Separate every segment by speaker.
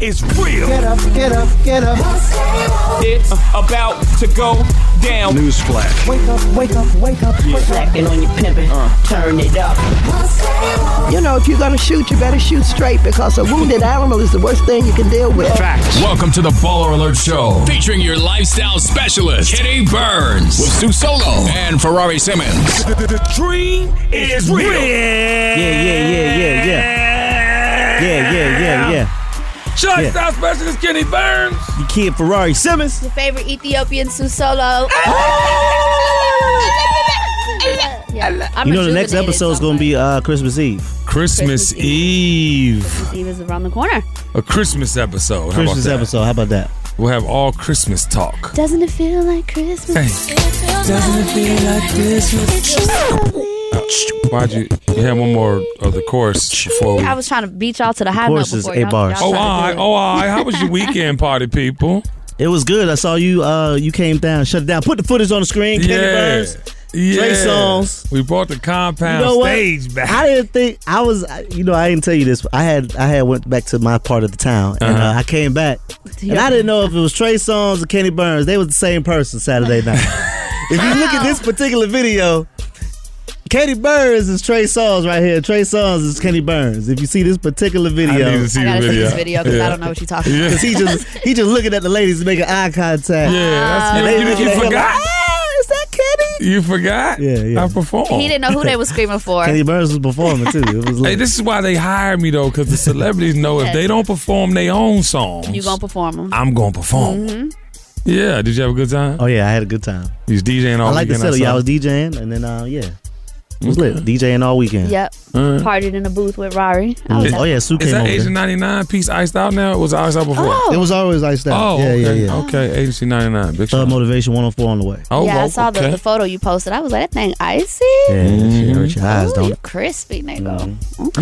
Speaker 1: is real.
Speaker 2: Get up, get up, get up.
Speaker 1: It's about to go down. Newsflash.
Speaker 2: Wake up, wake up, wake up.
Speaker 3: Slacking on your pimping, turn it up.
Speaker 4: You know, if you're gonna shoot, you better shoot straight because a wounded animal is the worst thing you can deal with.
Speaker 5: Welcome to the Baller Alert Show, featuring your lifestyle specialist, Kitty Burns, with Sue Solo and Ferrari Simmons.
Speaker 1: The, the- the dream is real.
Speaker 6: Yeah, yeah, yeah, yeah, yeah. Yeah, yeah, yeah, yeah.
Speaker 1: Shots out specialist Kenny Burns.
Speaker 6: Your kid Ferrari Simmons.
Speaker 7: Your favorite Ethiopian Sue Solo. Yeah. I'm
Speaker 6: You
Speaker 7: a
Speaker 6: know the next
Speaker 7: Juvenile's
Speaker 6: episode's gonna be uh Christmas Eve.
Speaker 7: Christmas
Speaker 8: Christmas Eve.
Speaker 7: song. Eve is around the corner.
Speaker 8: A Christmas episode. How about
Speaker 6: Christmas
Speaker 8: that?
Speaker 6: episode. How about that?
Speaker 8: We'll have all Christmas talk.
Speaker 7: Doesn't it feel like Christmas?
Speaker 8: Hey. Why'd you, you had one more of the course before we.
Speaker 7: I was trying to beat y'all to the high note
Speaker 6: Course is
Speaker 7: before
Speaker 6: eight
Speaker 7: y'all-
Speaker 6: bars.
Speaker 7: y'all
Speaker 8: Oh,
Speaker 7: tried
Speaker 8: I,
Speaker 7: to do it.
Speaker 8: oh, I. How was your weekend party, people?
Speaker 6: It was good. I saw you uh you came down, shut it down, put the footage on the screen, Kenny Burns.
Speaker 8: Yeah.
Speaker 6: Trey Songz.
Speaker 8: We brought the compound
Speaker 6: You know what?
Speaker 8: stage back.
Speaker 6: I didn't think I was. I- You know, I didn't tell you this. But I had I had went back to my part of the town, and
Speaker 8: Uh-huh.
Speaker 6: uh, I came back, and I didn't know if it was Trey Songz or Kenny Burns. They was the same person Saturday night. if you look at this particular video, Kenny Burns is Trey Songz right here. Trey Songz is Kenny Burns. If you see this particular
Speaker 8: I need
Speaker 6: video,
Speaker 8: to see
Speaker 7: I
Speaker 8: the
Speaker 7: gotta see
Speaker 8: video.
Speaker 7: this video because I don't know what you're talking about.
Speaker 6: because he just he just looking at the ladies making eye contact.
Speaker 8: Yeah,
Speaker 6: And
Speaker 8: that's,
Speaker 6: they
Speaker 8: you,
Speaker 6: looking
Speaker 8: you,
Speaker 6: at him
Speaker 8: forgot.
Speaker 6: like, "Ah, is that Kenny?
Speaker 8: you forgot.
Speaker 6: Yeah, yeah.
Speaker 8: I performed.
Speaker 7: He didn't know who they were screaming for.
Speaker 6: Kenny Burns was performing too. It was
Speaker 8: Hey,
Speaker 6: like,
Speaker 8: this is why they hire me though, because the celebrities know if
Speaker 7: Yes.
Speaker 8: they don't perform their own songs,
Speaker 7: You gonna Mm-hmm. perform
Speaker 6: Ah.
Speaker 7: them?
Speaker 8: I'm gonna perform. Yeah. Did you have a good time?
Speaker 6: oh yeah, I had a good time.
Speaker 8: Oh, You was DJing all
Speaker 6: I like the
Speaker 8: weekend.
Speaker 6: settle. Yeah, I
Speaker 8: saw.
Speaker 6: was DJing, and then uh, yeah, it was lit. DJing all weekend.
Speaker 7: Yep.
Speaker 8: Mm.
Speaker 7: Partied in a booth with Rari. I was
Speaker 6: Oh yeah, Sue
Speaker 8: Is
Speaker 6: came
Speaker 8: that
Speaker 6: over.
Speaker 8: Agent 99 piece iced out now? Or was it iced out before?
Speaker 7: Oh,
Speaker 6: It was always iced out.
Speaker 8: Oh,
Speaker 6: yeah,
Speaker 8: okay.
Speaker 6: yeah, yeah.
Speaker 8: Okay, Agency 99. Big
Speaker 6: Uh,
Speaker 8: shout.
Speaker 6: motivation 104 on the way.
Speaker 8: oh,
Speaker 7: yeah, I
Speaker 8: well,
Speaker 7: saw the,
Speaker 8: okay.
Speaker 7: the photo you posted. I was like, that thing icy.
Speaker 6: Yeah, shit, hurt your Mm-hmm.
Speaker 8: Oh,
Speaker 6: eyes,
Speaker 7: Ooh,
Speaker 6: don't Mm.
Speaker 7: you
Speaker 6: it?
Speaker 7: crispy, nigga.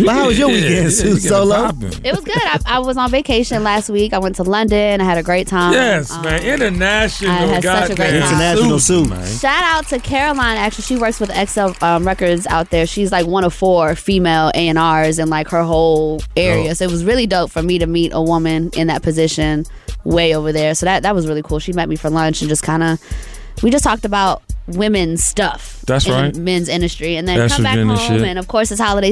Speaker 6: Well, how was your
Speaker 8: Yeah, yeah,
Speaker 6: weekend,
Speaker 8: you
Speaker 6: Sue
Speaker 8: get it
Speaker 6: Solo?
Speaker 8: poppin'.
Speaker 7: It was good. I, I was on vacation last week. I went to London. I had a great time.
Speaker 8: Yes,
Speaker 7: Um,
Speaker 8: man. International.
Speaker 7: I had such a great
Speaker 8: goddamn
Speaker 7: time.
Speaker 6: International
Speaker 8: Sue,
Speaker 6: Sue.
Speaker 8: man.
Speaker 7: Shout out to Caroline. Actually, she works with XL um, Records out there. She's like one of four female A and R's in like her whole
Speaker 8: Oh.
Speaker 7: area. So it was really dope for me to meet a woman in that position way over there. So that that was really cool. She met me for lunch and just kind of we just talked about women's stuff.
Speaker 8: That's
Speaker 7: in
Speaker 8: right.
Speaker 7: Men's industry, and then
Speaker 8: That's
Speaker 7: come back
Speaker 8: Virginia
Speaker 7: home,
Speaker 8: shit.
Speaker 7: and of course it's holiday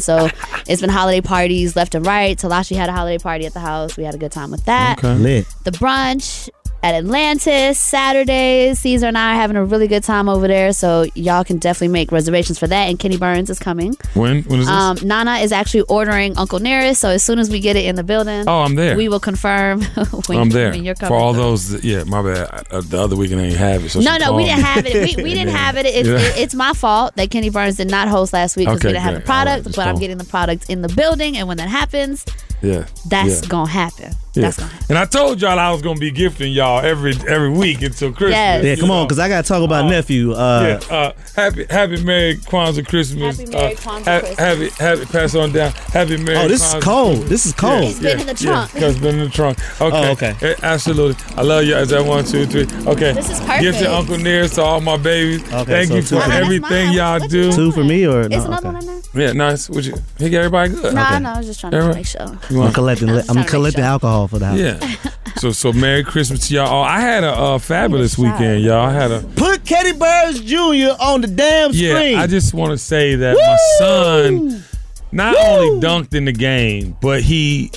Speaker 7: so it's been holiday parties left and right. Talashi had a holiday party at the house. We had a good time with that
Speaker 8: Okay.
Speaker 6: Lit.
Speaker 7: the brunch at Atlantis Saturdays. Caesar and I are having a really good time over there, so y'all can definitely make reservations for that. And Kenny Burns is coming.
Speaker 8: When? When is this?
Speaker 7: Um, Nana is actually ordering Uncle Nearest, so as soon as we get it in the building,
Speaker 8: oh, I'm there.
Speaker 7: we will confirm when,
Speaker 8: I'm there
Speaker 7: when you're coming.
Speaker 8: for all those. That, yeah, my bad. I, uh, the other weekend I didn't have it. So
Speaker 7: No,
Speaker 8: she
Speaker 7: no,
Speaker 8: called
Speaker 7: we
Speaker 8: me.
Speaker 7: didn't have it. We, we didn't have it. It's,
Speaker 8: Yeah.
Speaker 7: it- it's my fault that Kenny Burns did not host last week because
Speaker 8: Okay,
Speaker 7: we didn't have
Speaker 8: great.
Speaker 7: the product.
Speaker 8: All right,
Speaker 7: but I'm
Speaker 8: cool.
Speaker 7: getting the product in the building, and when that happens,
Speaker 8: Yeah,
Speaker 7: that's
Speaker 8: yeah,
Speaker 7: gonna happen.
Speaker 8: yeah.
Speaker 7: That's gonna happen.
Speaker 8: And I told y'all I was gonna be gifting y'all every every week until Christmas.
Speaker 7: Yes.
Speaker 6: Yeah, come
Speaker 8: you
Speaker 6: on,
Speaker 8: know.
Speaker 6: because I got to talk about nephew. Uh,
Speaker 8: yeah, uh, happy, happy Merry Kwanzaa Christmas.
Speaker 7: Happy Merry
Speaker 8: uh,
Speaker 7: Kwanzaa Christmas.
Speaker 8: Happy, happy, pass on down. Happy Merry.
Speaker 6: Oh, this is
Speaker 8: Kwanzaa
Speaker 6: cold. This is cold.
Speaker 7: It's been in the trunk.
Speaker 8: Yeah, 'cause it's been in the trunk. Okay.
Speaker 6: Oh, okay.
Speaker 8: Eh, absolutely. I love you. Is that one, two, three? Okay.
Speaker 7: This is
Speaker 8: Give
Speaker 7: perfect.
Speaker 8: to Uncle Nearest to all my babies.
Speaker 6: Okay,
Speaker 8: Thank
Speaker 6: so
Speaker 8: you
Speaker 6: two
Speaker 8: for
Speaker 6: for me. Uh-uh, that's
Speaker 8: everything
Speaker 7: mine.
Speaker 8: y'all
Speaker 7: What
Speaker 8: do.
Speaker 7: you
Speaker 6: Two for me or no?
Speaker 7: It's another one
Speaker 6: okay.
Speaker 7: in there.
Speaker 8: Yeah, nice. Would you? He got everybody good.
Speaker 7: No,
Speaker 6: Okay.
Speaker 7: no, I was just trying
Speaker 8: All
Speaker 7: to
Speaker 8: right.
Speaker 7: make sure.
Speaker 8: You
Speaker 6: I'm
Speaker 8: want-
Speaker 6: collecting.
Speaker 7: I'm just
Speaker 6: I'm
Speaker 7: trying to
Speaker 6: collecting
Speaker 7: make sure.
Speaker 6: alcohol for the house.
Speaker 8: Yeah. So so Merry Christmas to y'all. all. I had a uh, fabulous
Speaker 7: Give me a shot.
Speaker 8: weekend, y'all. I had a
Speaker 6: Put Kenny Burns Jr. on the damn
Speaker 8: yeah.
Speaker 6: screen.
Speaker 8: I just want to say that my son not only dunked in the game, but he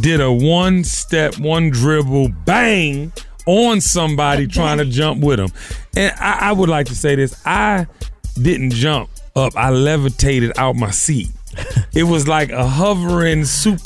Speaker 8: did a one step, one dribble, bang on somebody trying to jump with him. And I, I would like to say this: I didn't jump up. I levitated out my seat. It was like a hovering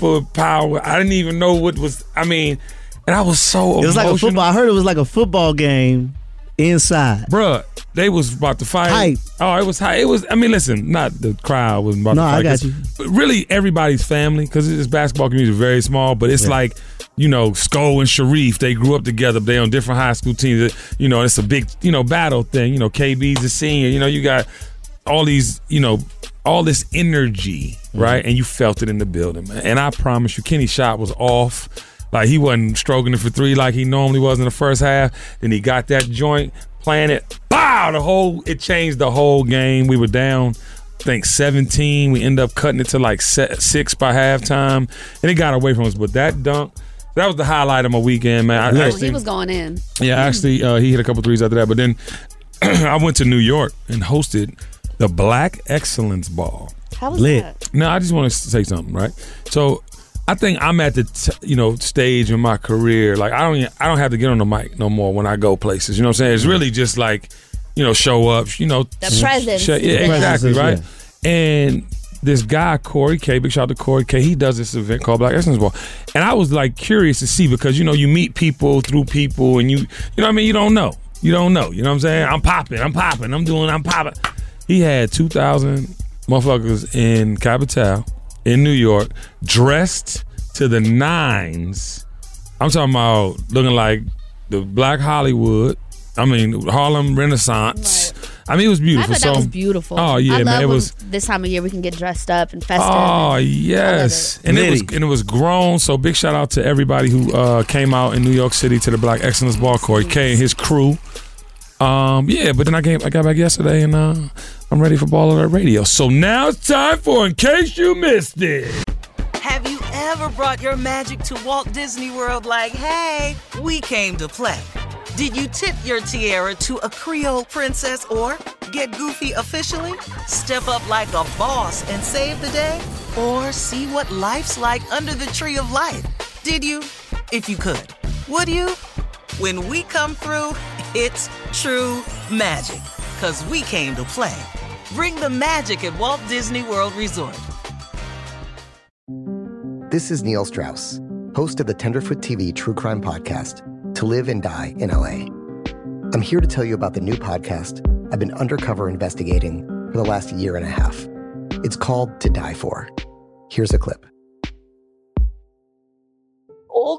Speaker 8: superpower. I didn't even know what was. I mean, and I was so
Speaker 6: it was like a
Speaker 8: emotional.
Speaker 6: football. I heard it was like a football game inside.
Speaker 8: Bruh, they was about to fight.
Speaker 6: Hype.
Speaker 8: Oh, it was hype. It was. I mean, listen, not the crowd was about
Speaker 6: No,
Speaker 8: to
Speaker 6: I
Speaker 8: fight.
Speaker 6: got
Speaker 8: 'cause-
Speaker 6: you.
Speaker 8: But really, everybody's family because this basketball community is very small. But it's like, you know, Sko and Sharif. They grew up together. They on different high school teams. You know, it's a big, you know, battle thing. You know, KB's a senior. You know, you got all these, you know, all this energy,
Speaker 6: Mm-hmm.
Speaker 8: right? And you felt it in the building, man. And I promise you, Kenny's shot was off. Like he wasn't stroking it for three like he normally was in the first half. Then he got that joint, playing it. Bow! The whole it changed the whole game. We were down think 17. We end up cutting it to like se- six by halftime, and it got away from us. But that dunk, that was the highlight of my weekend, man. I
Speaker 7: Oh,
Speaker 8: actually-
Speaker 7: he was going in.
Speaker 8: yeah, actually, uh, he hit a couple threes after that. But then I went to New York and hosted the Black Excellence Ball.
Speaker 7: How was
Speaker 6: Lit.
Speaker 7: that?
Speaker 8: Now, I just want to say something, right? So, I think I'm at the t- you know stage in my career. Like I don't even, I don't have to get on the mic no more when I go places. You know what I'm saying? It's really just like you know show up. You know
Speaker 7: The presence.
Speaker 8: Sh- yeah,
Speaker 7: Yeah.
Speaker 8: exactly
Speaker 6: Presences,
Speaker 8: right. And this guy Corey K, big shout out to Corey K. He does this event called Black Excellence Ball, and I was like curious to see because you know you meet people through people, and you you know what I mean. You don't know, you don't know. You know what I'm saying? I'm popping, I'm popping, I'm doing, I'm popping. He had two thousand motherfuckers in Capital, in New York, dressed to the nines. I'm talking about looking like the Black Hollywood. I mean Harlem Renaissance. I mean it was
Speaker 7: I
Speaker 8: beautiful.
Speaker 7: thought
Speaker 8: so
Speaker 7: that was beautiful.
Speaker 8: Oh yeah,
Speaker 7: I love
Speaker 8: man, it
Speaker 7: when
Speaker 8: was.
Speaker 7: This time of year, we can get dressed up and festive.
Speaker 8: Oh yes, and it was
Speaker 6: Nitty.
Speaker 8: and it was grown. So big shout out to everybody who uh, came out in New York City to the Black Excellence Ball Court. K and his crew. Um, yeah, but then I came, I got back yesterday, and uh, I'm ready for Ball Alert Radio. So now it's time for In Case You Missed It.
Speaker 9: Have you ever brought your magic to Walt Disney World like, hey, we came to play? Did you tip your tiara to a Creole princess or get goofy officially? Step up like a boss and save the day? Or see what life's like under the tree of life? Did you? If you could. Would you? When we come through, it's true magic. Cause we came to play. Bring the magic at Walt Disney World Resort.
Speaker 10: This is Neil Strauss, host of the Tenderfoot TV True Crime Podcast, To Live and Die in LA. I'm here to tell you about the new podcast I've been undercover investigating for the last year and a half. It's called To Die For. Here's a clip.
Speaker 11: all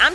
Speaker 12: I'm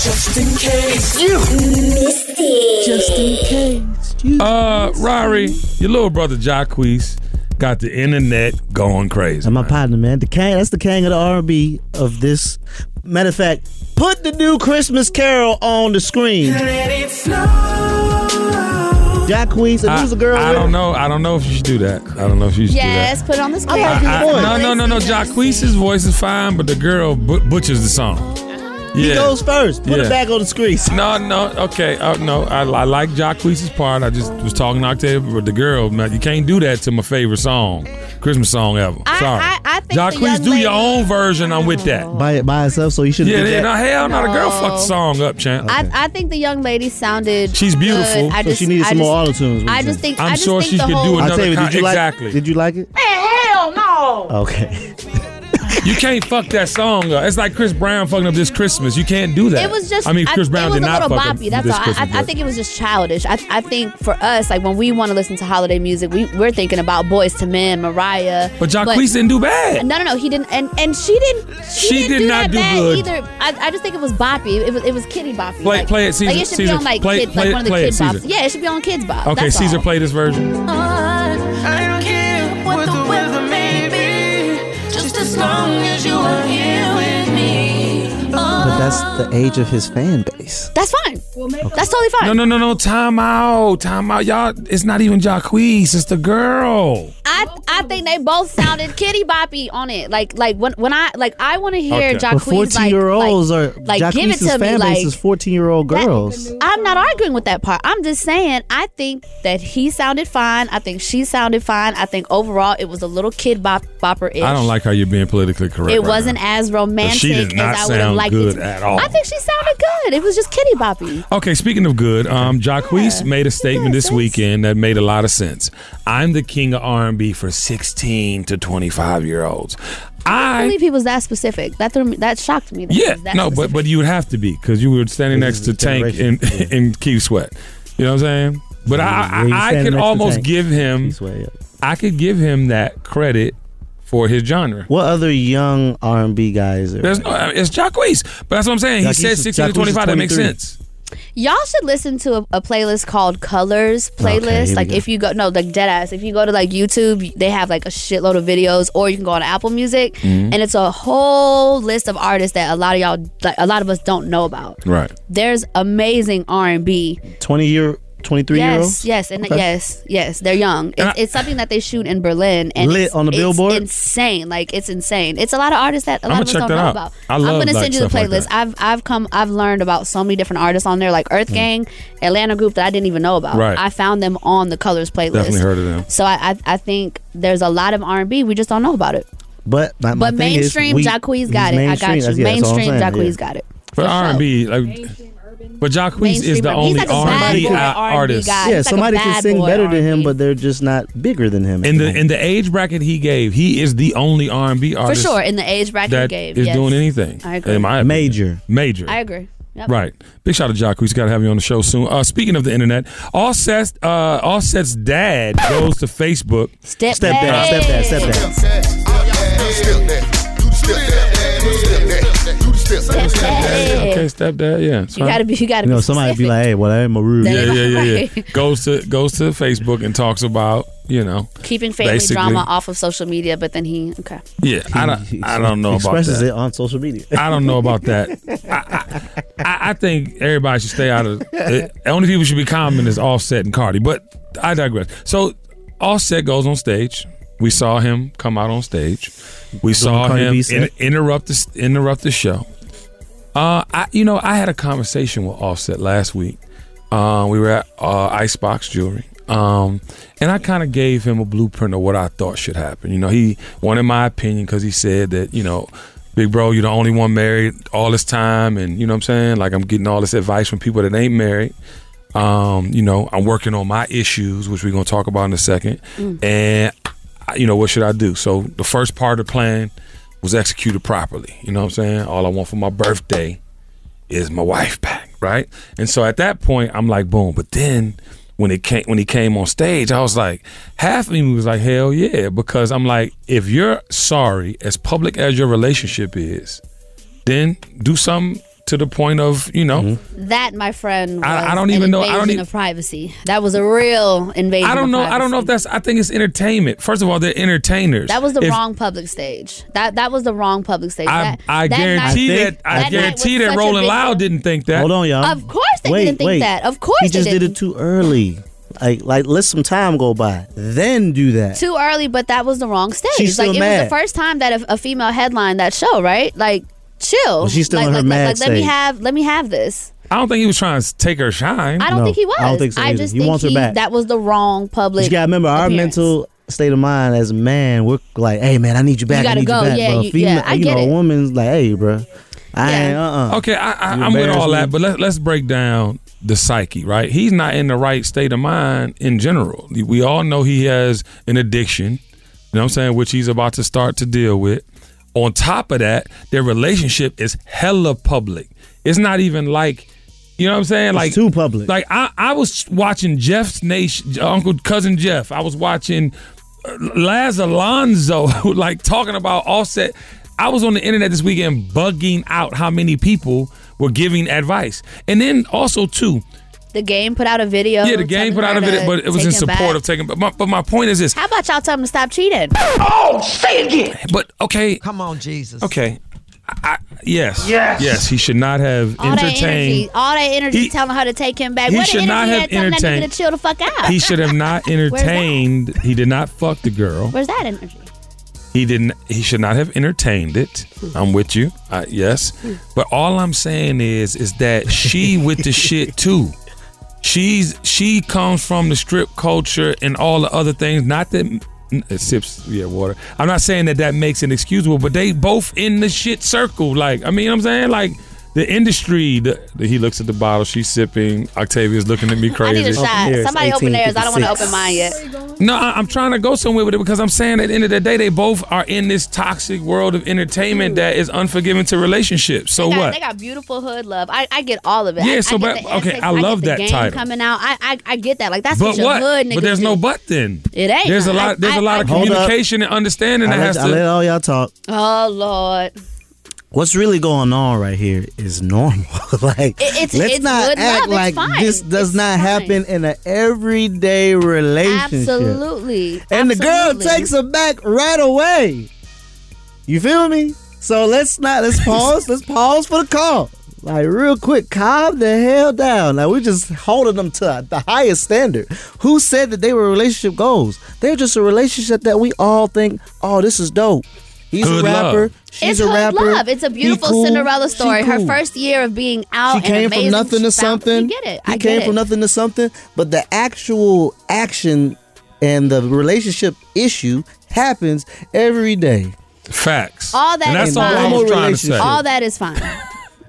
Speaker 12: Just in case
Speaker 13: you
Speaker 12: missed it.
Speaker 13: Just in
Speaker 12: case.
Speaker 8: Uh, Rari, your little brother Jacquees got the internet going crazy.
Speaker 6: And my partner, man, the king. That's the king of the R&B of this. Matter of fact, put the new Christmas Carol on the screen. Jacquees, and who's the girl?
Speaker 8: I
Speaker 6: with?
Speaker 8: don't know. I don't know if you should do that. I don't know if you should
Speaker 7: Yes,
Speaker 8: do
Speaker 7: put it on the
Speaker 8: that.
Speaker 7: screen.
Speaker 8: I- I- no, no, no, no. Jacquees's voice is fine, but the girl but- butchers the song.
Speaker 6: He goes first. Put
Speaker 8: Yeah.
Speaker 6: it back on the screen.
Speaker 8: No, no, okay, uh, no. I, I like Jacquees's part. I just was talking to Octavia, but the girl, man, you can't do that to my favorite song, Christmas song ever.
Speaker 7: I-
Speaker 8: Sorry,
Speaker 7: I- I think the
Speaker 8: Jacquees,
Speaker 7: young
Speaker 8: do your
Speaker 7: lady-
Speaker 8: own version. I'm with that.
Speaker 6: By it by itself, so you shouldn't.
Speaker 8: Yeah,
Speaker 6: do
Speaker 8: yeah,
Speaker 6: that.
Speaker 8: no, hell, no. The girl
Speaker 7: No.
Speaker 8: fucked the song up, champ.
Speaker 7: I, I think the young lady sounded.
Speaker 8: She's beautiful,
Speaker 7: good. I
Speaker 8: so
Speaker 7: just,
Speaker 8: she needs
Speaker 7: I
Speaker 8: some
Speaker 7: just,
Speaker 8: more auto-tunes, what
Speaker 7: I
Speaker 8: you
Speaker 7: just
Speaker 8: think?
Speaker 7: think.
Speaker 8: I'm
Speaker 7: I just
Speaker 8: sure
Speaker 7: think
Speaker 8: she
Speaker 7: the
Speaker 8: could do
Speaker 7: whole,
Speaker 8: another
Speaker 6: Octavia, did
Speaker 8: con-
Speaker 6: you like?
Speaker 8: exactly.
Speaker 6: Did you like it?
Speaker 11: hell no
Speaker 6: Okay.
Speaker 8: You can't fuck that song up. It's like Chris Brown fucking up this Christmas. You can't do that.
Speaker 7: It was just.
Speaker 8: I mean, Chris Brown
Speaker 7: it was
Speaker 8: did
Speaker 7: a
Speaker 8: not
Speaker 7: little
Speaker 8: fuck up
Speaker 7: boppy. That's
Speaker 8: this
Speaker 7: all. I,
Speaker 8: Christmas,
Speaker 7: I, I
Speaker 8: but-
Speaker 7: think it was just childish. I, I think for us, like when we want to listen to holiday music, we we're thinking about Boys to Men, Mariah.
Speaker 8: But Jacquees didn't do bad.
Speaker 7: No, no, no. He didn't, and and she didn't. She,
Speaker 8: She
Speaker 7: didn't
Speaker 8: did
Speaker 7: do
Speaker 8: not
Speaker 7: that
Speaker 8: do
Speaker 7: bad
Speaker 8: good.
Speaker 7: either. I, I just think it was boppy. It was it was kiddie boppy.
Speaker 8: Play-
Speaker 7: like,
Speaker 8: play it, Caesar-
Speaker 7: Like it should
Speaker 8: Caesar.
Speaker 7: be on like
Speaker 8: Play-
Speaker 7: kids,
Speaker 8: play it-
Speaker 7: like one of the
Speaker 8: play it,
Speaker 7: kids
Speaker 8: Caesar.
Speaker 7: bops. Yeah, it should be on kids bops.
Speaker 8: Okay,
Speaker 7: That's all.
Speaker 8: Caesar, play this version.
Speaker 14: I don't care what the weather may be, just as long as you are here with me.
Speaker 6: But that's the age of his fan base.
Speaker 7: That's fine. That's totally fine.
Speaker 8: No, no, no, no. Time out. Time out. Y'all, it's not even Jacquees. It's the girl.
Speaker 7: I I think they both sounded kitty boppy on it. Like like when when I like I want to hear
Speaker 8: Okay.
Speaker 6: But
Speaker 7: Jacquees like,
Speaker 6: year olds
Speaker 7: like,
Speaker 6: are
Speaker 7: like give it
Speaker 6: Jacquees'
Speaker 7: to me
Speaker 6: fan
Speaker 7: like
Speaker 6: base is fourteen year old
Speaker 7: that-
Speaker 6: girls.
Speaker 7: I'm not arguing with that part. I'm just saying I think that he sounded fine. I think she sounded fine. I think overall it was a little kid bop bopper ish.
Speaker 8: I don't like how you're being politically correct.
Speaker 7: it
Speaker 8: right
Speaker 7: wasn't
Speaker 8: now.
Speaker 7: as romantic
Speaker 8: She did not
Speaker 7: as I would have
Speaker 8: sound
Speaker 7: liked
Speaker 8: good
Speaker 7: it. to-
Speaker 8: at all.
Speaker 7: I think she sounded good. It was just kitty boppy.
Speaker 8: Okay, speaking of good, um, Jacquees made a statement this weekend that made a lot of sense. I'm the king of R&B for 16 to 25 year olds.
Speaker 7: I,
Speaker 8: I
Speaker 7: believe he was that specific. That threw me, that shocked me. That he
Speaker 8: yeah,
Speaker 7: was that
Speaker 8: no, but but you would have to be because you were standing next to Tank and and Keith Sweat. You know what I'm saying? But I
Speaker 6: Yeah, you
Speaker 8: I, I
Speaker 6: standing
Speaker 8: could
Speaker 6: next to
Speaker 8: almost
Speaker 6: Tank.
Speaker 8: give him I could give him that credit for his genre.
Speaker 6: What other young R and B guys are?
Speaker 8: There's no, I mean, it's Jacquees, but that's what I'm saying.
Speaker 6: Jacquees
Speaker 8: he said
Speaker 6: is-
Speaker 8: 16 to
Speaker 6: Jacquees is
Speaker 8: 25. That makes
Speaker 6: 23.
Speaker 8: sense.
Speaker 7: Y'all should listen to a, a playlist called Colors
Speaker 8: Okay,
Speaker 7: playlist.
Speaker 8: here we
Speaker 7: like
Speaker 8: go.
Speaker 7: if you go no like Deadass, if you go to like YouTube, they have like a shitload of videos, or you can go on Apple Music,
Speaker 15: Mhm.
Speaker 8: Mm-hmm.
Speaker 7: and it's a whole list of artists that a lot of y'all, like, a lot of us don't know about.
Speaker 8: Right.
Speaker 7: There's amazing R and B.
Speaker 6: Twenty year, twenty three year
Speaker 7: Yes,
Speaker 6: olds.
Speaker 7: yes, and
Speaker 6: Okay.
Speaker 7: yes, yes. They're young. It's, it's something that they shoot in Berlin and
Speaker 6: Lit
Speaker 7: it's,
Speaker 6: on the
Speaker 7: it's
Speaker 6: Billboard?
Speaker 7: insane. Like it's insane. It's a lot of artists that a
Speaker 8: I'ma
Speaker 7: lot of us
Speaker 8: check
Speaker 7: don't
Speaker 8: that
Speaker 7: know
Speaker 8: out.
Speaker 7: about.
Speaker 8: I
Speaker 7: am
Speaker 8: love,
Speaker 7: gonna
Speaker 8: like,
Speaker 7: send you the
Speaker 8: stuff like
Speaker 7: playlist.
Speaker 8: that. Mm.
Speaker 7: I've I've come I've learned about so many different artists on there, like Earth Gang, Atlanta Group that I didn't even know about.
Speaker 8: Right.
Speaker 7: I found them on the Colors playlist.
Speaker 8: Definitely heard of them.
Speaker 7: So I I, I think there's a lot of R and B we just don't know about it.
Speaker 6: But my, my
Speaker 7: But
Speaker 6: thing is,
Speaker 7: mainstream
Speaker 6: we-
Speaker 7: Jacquees
Speaker 6: he's
Speaker 7: got it. I got
Speaker 6: mainstream,
Speaker 7: you.
Speaker 6: that's- yeah, that's all I'm saying,
Speaker 7: mainstream
Speaker 6: yeah.
Speaker 7: Jacquees got it.
Speaker 8: But R and B, like, but Jacquees is
Speaker 7: Mainstream
Speaker 8: the only
Speaker 7: R&B. He's like a
Speaker 8: R
Speaker 7: bad
Speaker 8: and B
Speaker 7: boy R&B
Speaker 8: artist.
Speaker 7: guy.
Speaker 6: Yeah,
Speaker 7: He's like a
Speaker 6: somebody can
Speaker 7: bad
Speaker 6: sing
Speaker 7: boy
Speaker 6: better than him, but they're just not bigger than him.
Speaker 8: In the in the age bracket he gave, he is the only R and B
Speaker 7: For
Speaker 8: artist
Speaker 7: sure, in the age bracket you
Speaker 8: that
Speaker 7: gave.
Speaker 8: is
Speaker 7: yes.
Speaker 8: doing anything.
Speaker 7: I agree.
Speaker 8: In my major, major.
Speaker 7: I agree. Yep.
Speaker 8: Right. Big shout out to Jacques. got to have you on the show soon. Uh, speaking of the internet, Offset's, uh, Offset's dad goes to Facebook.
Speaker 7: Step,
Speaker 6: Step back. back, step back, step back.
Speaker 8: Okay, stepdad. Yeah.
Speaker 7: You gotta be. You gotta
Speaker 6: you know,
Speaker 7: be.
Speaker 6: somebody
Speaker 7: specific.
Speaker 6: be like, "Hey, well, I ain't my rude."
Speaker 8: Yeah, yeah, yeah, yeah.
Speaker 7: Right.
Speaker 8: goes to goes to Facebook and talks about you know
Speaker 7: keeping family
Speaker 8: basically-
Speaker 7: drama off of social media, but then he okay.
Speaker 8: Yeah, I don't. I don't know about
Speaker 6: Expresses it
Speaker 8: that.
Speaker 6: on social media.
Speaker 8: I don't know about that. I, I- I, I think everybody should stay out of. The only people should be common is Offset and Cardi. But I digress. So Offset goes on stage. We saw him come out on stage. We saw
Speaker 6: Cardi
Speaker 8: him
Speaker 6: B set.
Speaker 8: in- interrupt the interrupt the show. Uh, I you know I had a conversation with Offset last week. Uh, we were at uh, Icebox Jewelry, um, and I kind of gave him a blueprint of what I thought should happen. You know, he wanted my opinion because he said that you know, big bro, you're the only one married all this time, and you know what I'm saying. Like I'm getting all this advice from people that ain't married. Um, you know, I'm working on my issues, which we're gonna talk about in a second,
Speaker 16: Mm.
Speaker 8: and I- you know what should I do? So the first part of the plan was executed properly. You know what I'm saying? All I want for my birthday is my wife back, right? And so at that point, I'm like, boom. But then when it came when he came on stage, I was like, half of me was like, hell yeah, because I'm like, if you're sorry, as public as your relationship is, then do something to the point of you know.
Speaker 7: That my friend. Was
Speaker 8: I- I don't even
Speaker 7: an
Speaker 8: know- I don't
Speaker 7: invasion
Speaker 8: e-
Speaker 7: of privacy. That was a real invasion.
Speaker 8: I
Speaker 7: of
Speaker 8: don't know.
Speaker 7: privacy.
Speaker 8: I don't know if that's. I think it's entertainment. First of all, they're entertainers.
Speaker 7: That was the
Speaker 8: If-
Speaker 7: wrong public stage. That that was the wrong public stage.
Speaker 8: I,
Speaker 7: that,
Speaker 8: I
Speaker 7: that
Speaker 8: guarantee
Speaker 7: night-
Speaker 8: that. I
Speaker 7: night
Speaker 8: guarantee that
Speaker 7: was such a
Speaker 8: Rolling
Speaker 7: big-
Speaker 8: Loud didn't think that. Hold
Speaker 6: on, y'all.
Speaker 7: Of course they didn't think that. Of course
Speaker 6: he
Speaker 7: they
Speaker 6: just did
Speaker 7: didn't.
Speaker 6: it too early. Like, like let some time go by, then do that.
Speaker 7: Too early, but that was the wrong stage.
Speaker 6: She's still
Speaker 7: like it was
Speaker 6: mad.
Speaker 7: the first time that a, a female headlined that show, right? Like chill.
Speaker 8: Well, she's still
Speaker 7: like,
Speaker 8: in her
Speaker 7: like,
Speaker 8: mad
Speaker 7: like, like, let me
Speaker 8: stage.
Speaker 7: have let me have this.
Speaker 8: I don't think he was trying to take her shine.
Speaker 7: I don't think he was. just think he, that was the wrong public.
Speaker 6: you gotta remember our
Speaker 7: appearance.
Speaker 6: mental state of mind as a man. We're like, hey man, I need you back.
Speaker 7: gotta
Speaker 6: I need
Speaker 7: go.
Speaker 6: you back.
Speaker 7: Yeah,
Speaker 6: but a
Speaker 7: you- yeah, I
Speaker 6: you
Speaker 7: get
Speaker 6: know,
Speaker 7: it.
Speaker 6: a woman's like, hey, bro, I ain't uh uh
Speaker 8: Okay, I, I,
Speaker 6: You
Speaker 8: I'm with all
Speaker 6: embarrassed
Speaker 8: that, but let, let's break down the psyche, right? He's not in the right state of mind in general. We all know he has an addiction, you know what I'm saying, which he's about to start to deal with. On top of that, their relationship is hella public. It's not even like, you know what I'm saying? like too public. Like I, I was watching Jeff's nation, Uncle Cousin Jeff. I was watching uh, Laz Alonso, like talking about Offset. I was on the internet this weekend bugging out how many people were giving advice, and then also too.
Speaker 7: The game put out a video.
Speaker 8: Yeah, the game put out a video, but it was in support of taking. But my, but my point is this.
Speaker 7: How about y'all tell him to stop cheating?
Speaker 8: Oh, say again. But okay.
Speaker 15: Come on, Jesus.
Speaker 8: Okay. I, I, yes.
Speaker 7: Yes.
Speaker 8: Yes. He should not have
Speaker 7: All that energy,
Speaker 8: entertained.
Speaker 7: all that energy telling her to take him back.
Speaker 8: he
Speaker 7: What the
Speaker 8: should
Speaker 7: energy
Speaker 8: not have
Speaker 7: had telling that nigga
Speaker 8: entertained-
Speaker 7: to chill the fuck out?
Speaker 8: He should have not
Speaker 7: that?
Speaker 8: entertained. He did not fuck the girl.
Speaker 7: Where's that energy?
Speaker 8: He didn't. He should not have entertained it. I'm with you. Uh, yes, but all I'm saying is, is that she with the shit too. She's she comes from the strip culture and all the other things. Not that n- it sips, yeah, water. I'm not saying that that makes it excusable, but they both in the shit circle. Like I mean, you know what I'm saying like. The industry. The, the- he looks at the bottle. She's sipping. Octavia's looking at me
Speaker 7: I
Speaker 8: crazy.
Speaker 7: need a shot. Somebody open theirs. I don't want to open mine yet.
Speaker 8: No, I, I'm trying to go somewhere with it because I'm saying at the end of the day, they both are in this toxic world of entertainment that is unforgiving to relationships. So
Speaker 7: they got,
Speaker 8: what?
Speaker 7: They got beautiful hood love. I, I get all of it.
Speaker 8: Yeah,
Speaker 7: I,
Speaker 8: so
Speaker 7: I get
Speaker 8: but-
Speaker 7: the
Speaker 8: okay,
Speaker 7: antics,
Speaker 8: I love
Speaker 7: get the
Speaker 8: that
Speaker 7: game
Speaker 8: title.
Speaker 7: coming out. I, I I get that. Like that's
Speaker 8: but
Speaker 7: what your
Speaker 8: what?
Speaker 7: hood niggas
Speaker 8: But there's
Speaker 7: do.
Speaker 8: no but then.
Speaker 7: It ain't.
Speaker 8: There's a lot. there's a
Speaker 7: a
Speaker 8: lot of
Speaker 6: Hold up.
Speaker 8: communication and understanding
Speaker 6: I
Speaker 8: that
Speaker 6: let-
Speaker 8: has to.
Speaker 6: I let all y'all talk.
Speaker 7: Oh lord.
Speaker 6: What's really going on right here is normal. like,
Speaker 7: It- it's-
Speaker 6: let's
Speaker 7: it's
Speaker 6: not
Speaker 7: good love.
Speaker 6: act
Speaker 7: It's
Speaker 6: like
Speaker 7: fine.
Speaker 6: this does not happen in an everyday relationship.
Speaker 7: Absolutely.
Speaker 6: And the girl
Speaker 7: Absolutely.
Speaker 6: takes him back right away. You feel me? So let's not let's pause. let's pause for the call. Like real quick, calm the hell down. Now we're just holding them to the highest standard. Who said that they were relationship goals? They're just a relationship that we all think, oh, this is dope. He's
Speaker 7: Hood
Speaker 6: a rapper.
Speaker 7: love.
Speaker 6: She's
Speaker 7: it's
Speaker 6: a
Speaker 7: hood
Speaker 6: rapper.
Speaker 7: love. It's a
Speaker 6: He
Speaker 7: beautiful
Speaker 6: cool,
Speaker 7: Cinderella
Speaker 6: she
Speaker 7: story. Her
Speaker 6: cool.
Speaker 7: first year of being out.
Speaker 6: She
Speaker 7: and
Speaker 6: came
Speaker 7: amazing.
Speaker 6: from nothing
Speaker 7: She
Speaker 6: to
Speaker 7: found-
Speaker 6: something.
Speaker 7: You get it.
Speaker 6: He
Speaker 7: I
Speaker 6: came
Speaker 7: get
Speaker 6: from
Speaker 7: it.
Speaker 6: nothing to something, but the actual action and the relationship issue happens every day.
Speaker 8: Facts.
Speaker 7: All that is fine. All that is fine.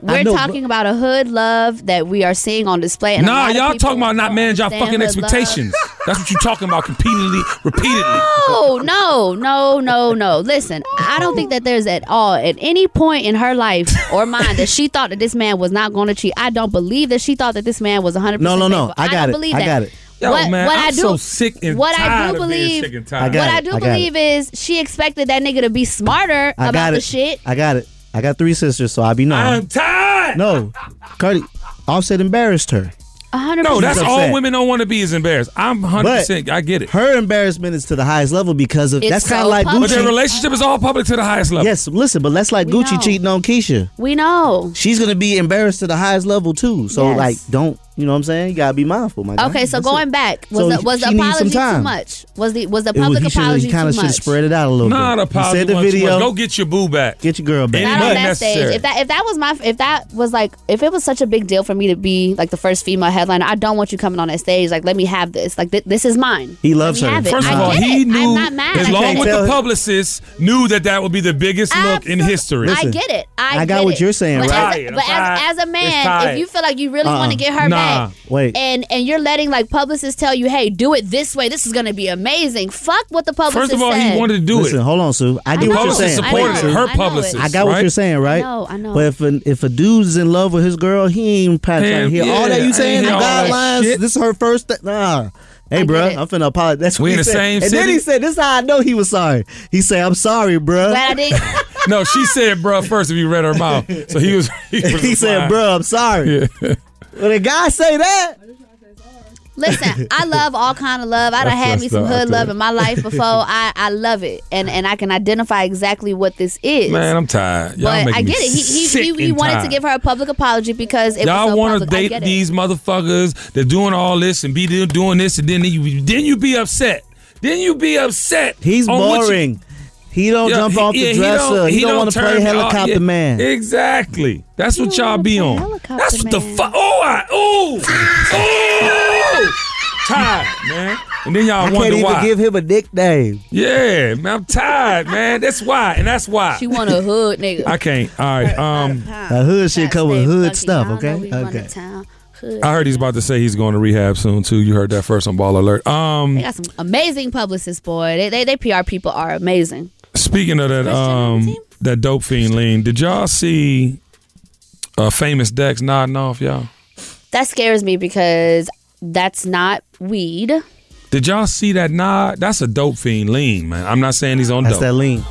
Speaker 7: We're
Speaker 6: know,
Speaker 7: talking about a hood love that we are seeing on display. And a
Speaker 8: Nah,
Speaker 7: lot of
Speaker 8: y'all
Speaker 7: people
Speaker 8: talking about not
Speaker 7: don't
Speaker 8: manage y'all
Speaker 7: understand
Speaker 8: fucking
Speaker 7: hood love.
Speaker 8: expectations. That's what you're talking about repeatedly, repeatedly.
Speaker 7: No, no, no, no, no. Listen, I don't think that there's at all at any point in her life or mine that she thought that this man was not going to cheat. I don't believe that she thought that this man was 100.
Speaker 6: No, no, no. I got
Speaker 7: don't
Speaker 6: it.
Speaker 7: believe
Speaker 6: I
Speaker 7: that.
Speaker 6: got it.
Speaker 8: Yo,
Speaker 7: what,
Speaker 8: man,
Speaker 7: what
Speaker 8: I'm
Speaker 7: I do,
Speaker 8: so sick and
Speaker 7: what I
Speaker 8: tired
Speaker 7: do
Speaker 8: of being
Speaker 7: believe,
Speaker 8: sick and tired. I
Speaker 7: what
Speaker 8: got
Speaker 7: I
Speaker 8: it.
Speaker 7: do
Speaker 6: I got it.
Speaker 7: believe is she expected that nigga to be smarter
Speaker 6: I
Speaker 7: about
Speaker 6: got
Speaker 7: the
Speaker 6: it.
Speaker 7: shit.
Speaker 6: I got it. I got three sisters, so I be knowing.
Speaker 8: I'm tired.
Speaker 6: No, Cardi, Offset embarrassed her.
Speaker 7: 100.
Speaker 8: No, that's
Speaker 6: She's
Speaker 8: all
Speaker 6: upset.
Speaker 8: women don't want to be is embarrassed. I'm 100. percent I get it.
Speaker 6: Her embarrassment is to the highest level because of
Speaker 7: It's
Speaker 6: that's kind
Speaker 7: so
Speaker 6: of like
Speaker 7: public.
Speaker 8: But their
Speaker 6: Gucci.
Speaker 8: relationship is all public to the highest level.
Speaker 6: Yes, listen, but that's like
Speaker 7: We
Speaker 6: Gucci
Speaker 7: know.
Speaker 6: cheating on Keisha.
Speaker 7: We know.
Speaker 6: She's gonna be embarrassed to the highest level too. So
Speaker 7: Yes.
Speaker 6: like, don't you know what I'm saying? You gotta be mindful, my guy.
Speaker 7: Okay,
Speaker 6: That's
Speaker 7: so
Speaker 6: it.
Speaker 7: going back, was
Speaker 6: So
Speaker 7: the, was the
Speaker 6: she needs some
Speaker 7: apology too
Speaker 6: time.
Speaker 7: much? Was the was the
Speaker 6: It was-
Speaker 7: public
Speaker 6: he shoulda-
Speaker 7: apology
Speaker 6: He kind
Speaker 7: too
Speaker 6: of should have
Speaker 7: much?
Speaker 6: spread it out a little
Speaker 8: Not
Speaker 6: bit.
Speaker 8: a
Speaker 6: He
Speaker 8: positive.
Speaker 6: said the
Speaker 8: one too much.
Speaker 6: video.
Speaker 8: Go get your boo back.
Speaker 6: Get your girl back.
Speaker 7: Not on that stage.
Speaker 8: necessary.
Speaker 7: If that if that was my if that was like if it was such a big deal for me to be like the first female headliner, I don't want you coming on that stage. Like, let me have this. Like, thi- this is mine.
Speaker 6: He loves
Speaker 7: Let me
Speaker 6: her.
Speaker 7: have it.
Speaker 6: First
Speaker 7: I
Speaker 6: of all,
Speaker 7: get
Speaker 8: he
Speaker 7: it.
Speaker 8: knew
Speaker 7: I'm not mad.
Speaker 8: along with the publicist knew that that would be the biggest look in history.
Speaker 7: I get it. I,
Speaker 6: I got
Speaker 7: get
Speaker 6: what
Speaker 7: it.
Speaker 6: you're saying,
Speaker 7: but
Speaker 6: right?
Speaker 7: As a,
Speaker 6: Tired.
Speaker 7: but
Speaker 6: I'm
Speaker 7: as, as a man,
Speaker 6: tired.
Speaker 7: if you feel like you really
Speaker 6: Uh-uh.
Speaker 7: want to get her
Speaker 6: Nah.
Speaker 7: back,
Speaker 6: Wait.
Speaker 7: and and you're letting like publicists tell you, hey, do it this way. This is gonna be amazing. Fuck what the publicist.
Speaker 8: First of all,
Speaker 7: said.
Speaker 8: he wanted to do
Speaker 6: Listen,
Speaker 8: it.
Speaker 6: hold on, Sue. I
Speaker 8: The
Speaker 6: get what you're
Speaker 8: publicist
Speaker 6: saying.
Speaker 8: supported
Speaker 6: Sue.
Speaker 8: her publicist.
Speaker 6: I got what
Speaker 8: right?
Speaker 6: you're saying, right?
Speaker 7: know, I know.
Speaker 6: But if a, if a dude's in love with his girl, he ain't probably trying to hear
Speaker 8: Hell
Speaker 6: all that
Speaker 8: yeah, I
Speaker 6: you
Speaker 8: ain't
Speaker 6: saying. The
Speaker 8: hear all that
Speaker 6: guidelines.
Speaker 8: shit.
Speaker 6: This is her first. Th- nah. Hey, bruh, I'm finna apologize. That's what
Speaker 8: We
Speaker 6: he
Speaker 8: in the
Speaker 6: said.
Speaker 8: same
Speaker 6: And then
Speaker 8: city?
Speaker 6: he said, "This is how I know he was sorry." He said, "I'm sorry, bruh."
Speaker 7: Glad I did.
Speaker 8: No, she said, "Bruh," first if you read her mouth. So he was. He, was
Speaker 6: He said,
Speaker 8: lying.
Speaker 6: "Bruh, I'm sorry." When a guy say that,
Speaker 7: Listen, I love all kind of love. I done
Speaker 6: That's
Speaker 7: had me
Speaker 6: messed
Speaker 7: some
Speaker 6: up, I
Speaker 7: hood
Speaker 6: tell
Speaker 7: love
Speaker 6: you.
Speaker 7: in my life before. I, I love it, and and I can identify exactly what this is.
Speaker 8: Man, I'm tired. Y'all
Speaker 7: but
Speaker 8: making
Speaker 7: I get
Speaker 8: me
Speaker 7: it. He
Speaker 8: sick
Speaker 7: he, he, he
Speaker 8: and
Speaker 7: wanted to
Speaker 8: tired.
Speaker 7: give her a public apology because it
Speaker 8: Y'all
Speaker 7: was so
Speaker 8: want to
Speaker 7: public. I get
Speaker 8: date
Speaker 7: it.
Speaker 8: these motherfuckers? They're doing all this and be do- doing this, and then you then you be upset. Then you be upset.
Speaker 6: He's
Speaker 8: on what you-
Speaker 6: boring. he don't
Speaker 8: Yeah,
Speaker 6: jump off the
Speaker 8: yeah,
Speaker 6: dresser. He don't, want to
Speaker 8: turn
Speaker 6: play
Speaker 8: me off.
Speaker 6: helicopter
Speaker 8: Yeah,
Speaker 6: man.
Speaker 8: Exactly. That's what y'all be on. That's what the fuck. Oh, I, oh, oh, tired, man. And then y'all
Speaker 6: I can't
Speaker 8: wonder
Speaker 6: even
Speaker 8: why.
Speaker 6: give him a nickname.
Speaker 8: yeah, man, I'm tired, man. That's why, and that's why.
Speaker 7: She want a hood nigga.
Speaker 8: I can't. All right. Um,
Speaker 6: Now, hood shit come with hood stuff, okay? Okay.
Speaker 8: I heard he's about to say he's going to rehab soon too. You heard that first on Ball Alert. Um,
Speaker 7: They got some amazing publicists, boy. They, they they PR people are amazing.
Speaker 8: speaking of that, um, that dope fiend lean. Did y'all see uh, famous Dex nodding off y'all?
Speaker 7: That scares me because that's not weed.
Speaker 8: Did y'all see that nod? That's a dope fiend lean, man. I'm not saying he's on
Speaker 6: That's
Speaker 8: dope.
Speaker 6: that lean.
Speaker 7: You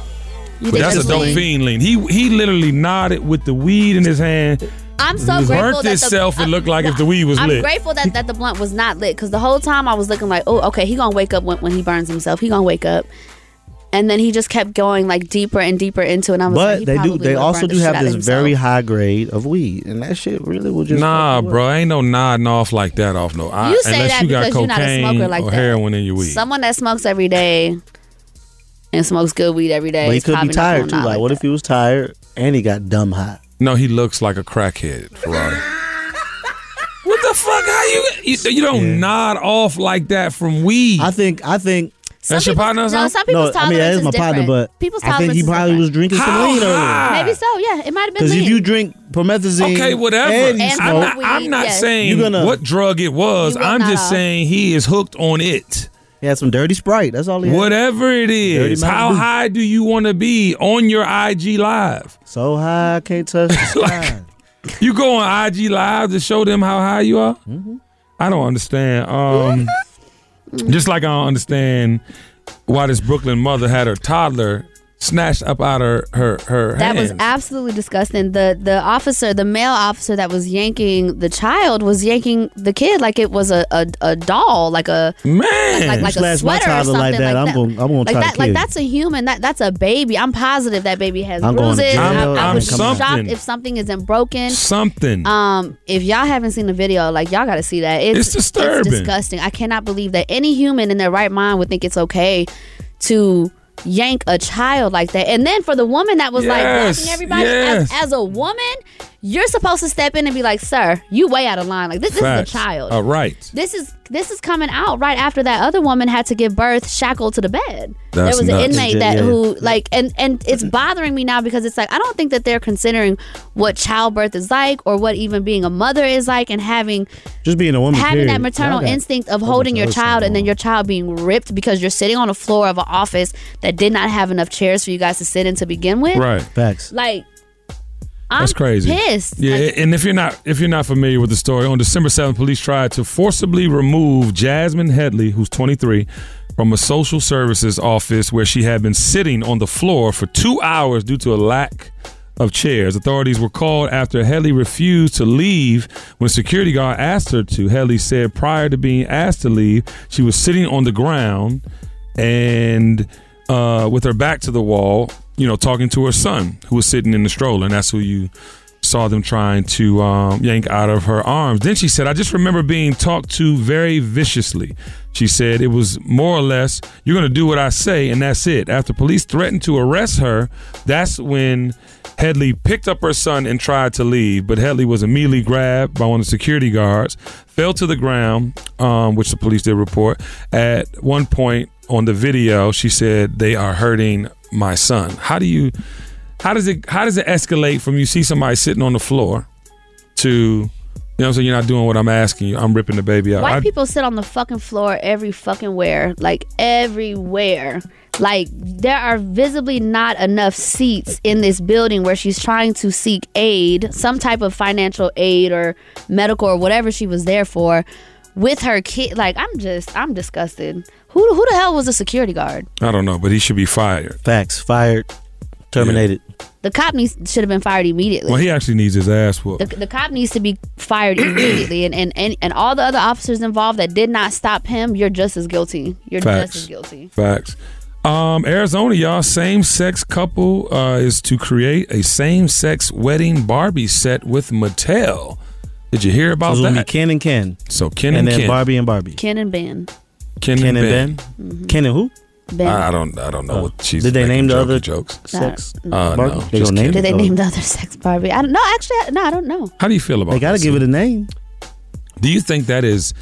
Speaker 8: But
Speaker 7: think
Speaker 8: that's a
Speaker 7: it's
Speaker 8: dope
Speaker 7: lean?
Speaker 8: fiend lean. He he literally nodded with the weed in his hand.
Speaker 7: I'm so
Speaker 8: He
Speaker 7: grateful
Speaker 8: worked
Speaker 7: that
Speaker 8: himself.
Speaker 7: the,
Speaker 8: it looked like if the weed was
Speaker 7: I'm
Speaker 8: lit.
Speaker 7: grateful that, that the blunt was not lit because the whole time I was looking like, oh, okay, he gonna wake up when, when he burns himself. He gonna wake up, and then he just kept going like deeper and deeper into it. And I was like,
Speaker 6: But
Speaker 7: he
Speaker 6: they do.
Speaker 7: probably
Speaker 6: They
Speaker 7: would've
Speaker 6: also
Speaker 7: burned the
Speaker 6: do
Speaker 7: shit
Speaker 6: have
Speaker 7: out of
Speaker 6: this
Speaker 7: himself.
Speaker 6: very high grade of weed, and that shit really will just
Speaker 8: Nah, bro, ain't no nodding off like that off no. I,
Speaker 7: You say
Speaker 8: unless
Speaker 7: that
Speaker 8: you got
Speaker 7: because you're not a
Speaker 8: cocaine
Speaker 7: smoker like
Speaker 8: or
Speaker 7: that.
Speaker 8: heroin in your weed.
Speaker 7: Someone that smokes every day and smokes good weed every day.
Speaker 6: But he
Speaker 7: is
Speaker 6: could be
Speaker 7: probably not
Speaker 6: tired
Speaker 7: gonna
Speaker 6: too.
Speaker 7: not
Speaker 6: Like, what if he was tired and he got dumb hot?
Speaker 8: No, he looks like a crackhead, Ferrari. what the fuck? How you you, you don't nod off like that from weed? I
Speaker 6: think I think
Speaker 8: that's your partner. or
Speaker 7: no,
Speaker 8: something?
Speaker 7: some people's
Speaker 6: I mean, that
Speaker 7: tolerance
Speaker 6: is my
Speaker 7: is
Speaker 6: partner,
Speaker 7: different.
Speaker 6: but
Speaker 7: People's
Speaker 6: I think he
Speaker 7: tolerance is
Speaker 6: probably was drinking some
Speaker 8: How
Speaker 6: lean
Speaker 8: high?
Speaker 6: earlier.
Speaker 7: Maybe so. Yeah, it might have been
Speaker 6: Because
Speaker 7: lean.
Speaker 6: if you drink promethazine,
Speaker 8: Okay, whatever.
Speaker 6: and you
Speaker 7: And
Speaker 6: smoke,
Speaker 8: I'm not, I'm not
Speaker 7: yes.
Speaker 8: saying
Speaker 6: You're gonna-
Speaker 8: what drug it was.
Speaker 6: You will
Speaker 8: I'm
Speaker 6: nod
Speaker 8: just
Speaker 6: off.
Speaker 8: saying he is hooked on it.
Speaker 6: He had some dirty Sprite. That's all he had.
Speaker 8: Whatever it
Speaker 6: Dirty
Speaker 8: is,
Speaker 6: Mountain
Speaker 8: how
Speaker 6: Dew.
Speaker 8: high do you want to be on your IG live?
Speaker 6: So high, I can't touch. The sky.
Speaker 8: You go on IG live to show them how high you are.
Speaker 6: Mm-hmm.
Speaker 8: I don't understand. Um, just like I don't understand why this Brooklyn mother had her toddler snatched up out of her her, her
Speaker 7: That was
Speaker 8: hands.
Speaker 7: absolutely disgusting. The the officer, the male officer that was yanking the child was yanking the kid like it was a, a, a doll, like a
Speaker 8: man,
Speaker 7: like, like,
Speaker 6: You
Speaker 7: a
Speaker 6: slash my
Speaker 7: sweater or
Speaker 6: toddler
Speaker 7: something
Speaker 6: like
Speaker 7: like
Speaker 6: that,
Speaker 7: that.
Speaker 6: I'm gonna- I'm gonna
Speaker 7: like
Speaker 6: try to
Speaker 7: that,
Speaker 6: kill
Speaker 7: like
Speaker 6: you.
Speaker 7: that's a human. That that's a baby. I'm positive that baby has
Speaker 6: I'm going to
Speaker 7: bruises.
Speaker 6: jail.
Speaker 7: I- I
Speaker 6: I'm
Speaker 7: would be
Speaker 8: coming.
Speaker 7: shocked
Speaker 8: Something.
Speaker 7: if something isn't broken.
Speaker 8: something.
Speaker 7: Um, if y'all haven't seen the video, like y'all got to see that. It's,
Speaker 8: It's disturbing.
Speaker 7: disgusting. I cannot believe that any human in their right mind would think it's okay to yank a child like that. And then for the woman that was like
Speaker 14: Yes,
Speaker 7: blocking everybody
Speaker 14: yes.
Speaker 7: as, as a woman, you're supposed to step in and be like, "Sir, you way out of line. Like this, this is a
Speaker 8: Facts.
Speaker 7: child.
Speaker 8: All right.
Speaker 7: This is this is coming out right after that other woman had to give birth shackled to the bed. there
Speaker 14: That's
Speaker 7: was
Speaker 14: nuts.
Speaker 7: an inmate
Speaker 14: Yeah,
Speaker 7: that
Speaker 14: yeah.
Speaker 7: who like and and it's bothering me now because it's like I don't think that they're considering what childbirth is like or what even being a mother is like and having
Speaker 6: Just being a woman.
Speaker 7: having
Speaker 6: period.
Speaker 7: that maternal
Speaker 6: Y'all got-
Speaker 7: instinct of
Speaker 6: a bunch
Speaker 7: holding
Speaker 6: of
Speaker 7: your
Speaker 6: other stuff
Speaker 7: child and then your child being ripped because you're sitting on the floor of an office that did not have enough chairs for you guys to sit in to begin with.
Speaker 6: Facts.
Speaker 7: Like I'm
Speaker 8: That's crazy.
Speaker 7: pissed.
Speaker 8: Yeah, and if you're not if you're not familiar with the story, on December 7th, police tried to forcibly remove Jasmine Headley, who's 23, from a social services office where she had been sitting on the floor for 2 hours due to a lack of chairs. Authorities were called after Headley refused to leave when security guard asked her to. Headley said prior to being asked to leave, she was sitting on the ground and uh, with her back to the wall, you know, talking to her son who was sitting in the stroller, and that's who you saw them trying to um, yank out of her arms. Then she said, "I just remember being talked to very viciously." She said it was more or less, "You're going to do what I say, and that's it." After police threatened to arrest her, that's when Headley picked up her son and tried to leave, but Headley was immediately grabbed by one of the security guards, fell to the ground, um, which the police did report. At one point on the video, she said, "They are hurting my son." How do you? How does it? How does it escalate from you see somebody sitting on the floor to, you know, what I'm saying you're not doing what I'm asking you. I'm ripping the baby out.
Speaker 7: White
Speaker 8: I-
Speaker 7: people sit on the fucking floor every fucking where, like everywhere. Like there are visibly not enough seats in this building where she's trying to seek aid, some type of financial aid or medical or whatever she was there for, with her kid. Like I'm just, I'm disgusted. Who who the hell was the security guard?
Speaker 8: I don't know, but he should be fired.
Speaker 6: Facts. Fired. Terminated.
Speaker 7: The cop needs should have been fired immediately.
Speaker 8: Well, he actually needs his ass whooped.
Speaker 7: The, the cop needs to be fired immediately, and, and, and, and all the other officers involved that did not stop him, you're just as guilty. You're
Speaker 8: Facts.
Speaker 7: just as guilty.
Speaker 8: Facts. Um, Arizona, y'all, same sex couple uh, is to create a same sex wedding Barbie set with Mattel. Did you hear about
Speaker 6: So it's gonna
Speaker 8: that?
Speaker 6: be Ken and Ken.
Speaker 8: So Ken
Speaker 6: and
Speaker 8: and,
Speaker 6: then
Speaker 8: Ken.
Speaker 6: Barbie and Barbie.
Speaker 7: Ken and Ben.
Speaker 8: Ken,
Speaker 6: Ken and Ben.
Speaker 7: Mm-hmm.
Speaker 6: Ken and who?
Speaker 7: Ben.
Speaker 8: I I don't. I don't know what she's.
Speaker 6: Oh. Did they
Speaker 8: making
Speaker 6: name the
Speaker 8: jokey
Speaker 6: other
Speaker 8: jokes?
Speaker 7: sex
Speaker 8: Uh,
Speaker 6: Barbie?
Speaker 8: no.
Speaker 6: They
Speaker 8: just
Speaker 6: gonna name
Speaker 8: kidding.
Speaker 7: Did they name the other sex Barbie? I don't know. Actually, I- no, I don't know.
Speaker 8: How do you feel about?
Speaker 6: They gotta
Speaker 8: this?
Speaker 6: give it a name.
Speaker 8: Do you think that is